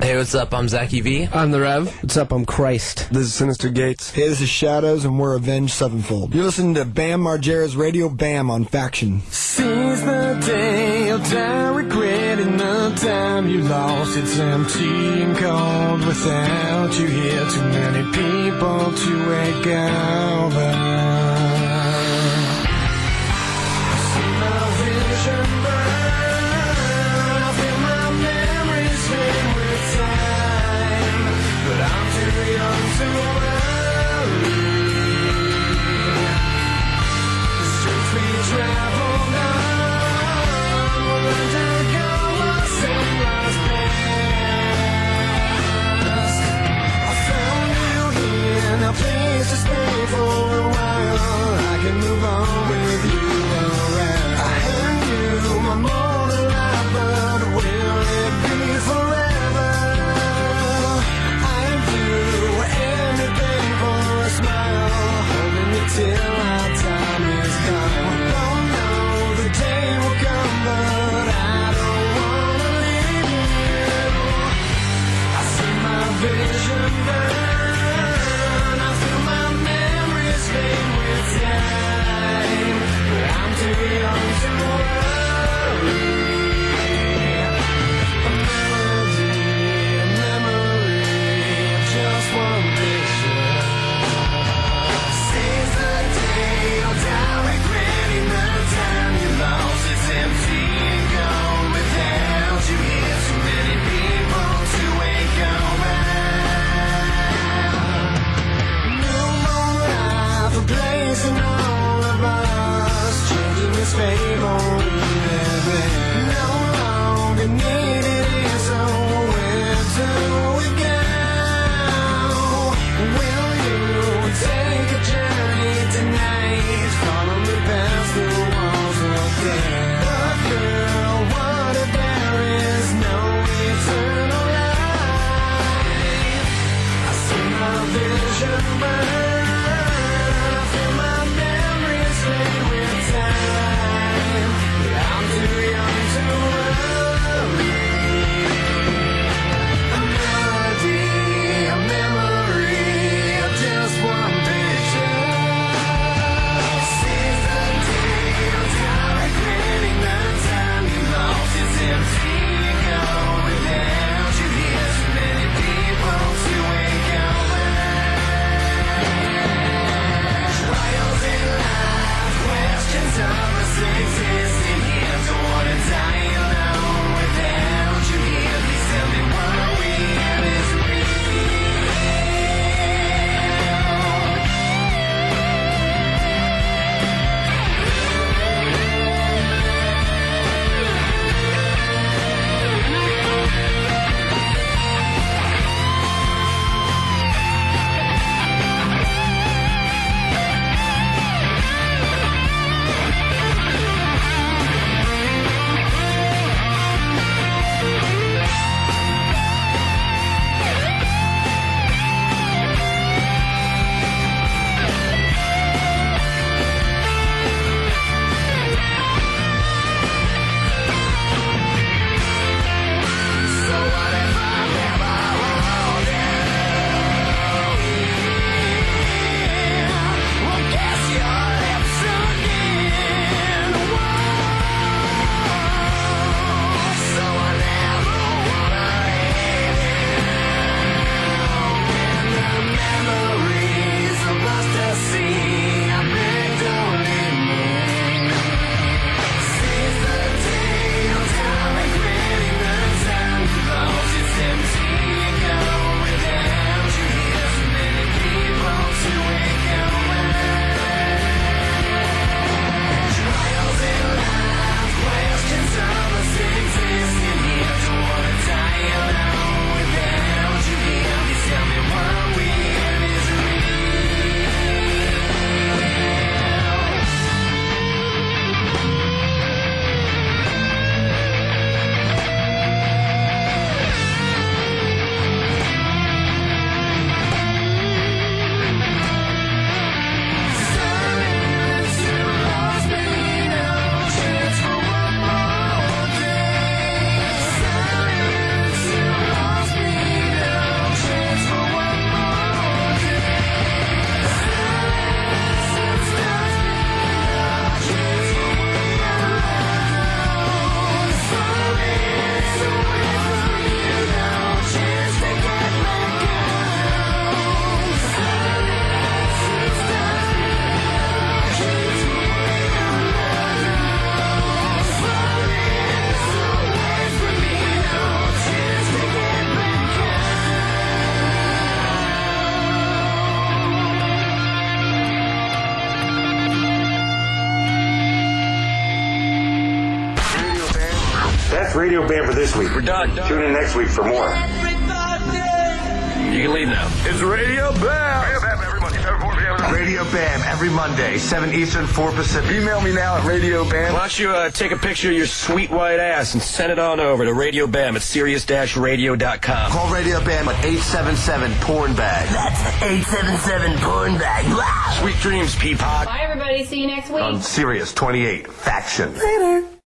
Speaker 6: Hey, what's up? I'm Zachy V.
Speaker 1: I'm the Rev. What's up? I'm Christ.
Speaker 3: This is Sinister Gates. Hey, this is Shadows, and we're Avenged Sevenfold. You're listening to Bam Margera's Radio Bam on Faction.
Speaker 9: Since the day I die regretting the time you lost, it's empty and cold without you here. Too many people to echo them. See my vision burn. I feel my memories fade with time, but I'm too young to worry. The streets we traveled on will undergo a sunrise past. I found you here, now please just stay for a while. I can move on with you around. I hand you my mortal light, but will it be forever? I'd do anything for a smile, holding you till our time is gone. I don't know the day will come, but I don't wanna leave you. I see my vision burn. I feel my memories fade with time. But I'm too young to worry. A melody, a memory of just one picture. Since the day I die regretting the time you lost, it's empty and gone without you here. Too many people to wake around. New moonlight, a place in all of us, changing this fate only heaven. No longer needed is so where do we go? Will you take a journey tonight? Follow me past the walls of death. But girl, what if there is no eternal light? I see my vision burn. I feel my memories fade with time. But I'm too young to worry. A melody, a memory of just one picture. Since the day I died, regretting the time you lost, it's empty and gone without you here. Too many people to wake up.
Speaker 8: That's Radio Bam for this week. We're done. Tune in next week for more.
Speaker 9: You can leave now.
Speaker 8: It's Radio Bam.
Speaker 6: Radio Bam every Monday, 7 Eastern, 4 Pacific.
Speaker 9: Email me now at Radio Bam. Why don't you uh, take a picture of your sweet white ass and send it on over to Radio Bam at serious-radio.com.
Speaker 6: Call Radio Bam at 877 Porn Bag. That's 877 Porn Bag. Wow.
Speaker 9: Sweet dreams, Peapod.
Speaker 4: Bye, everybody. See you next week.
Speaker 6: On Sirius 28, Faction.
Speaker 4: Later.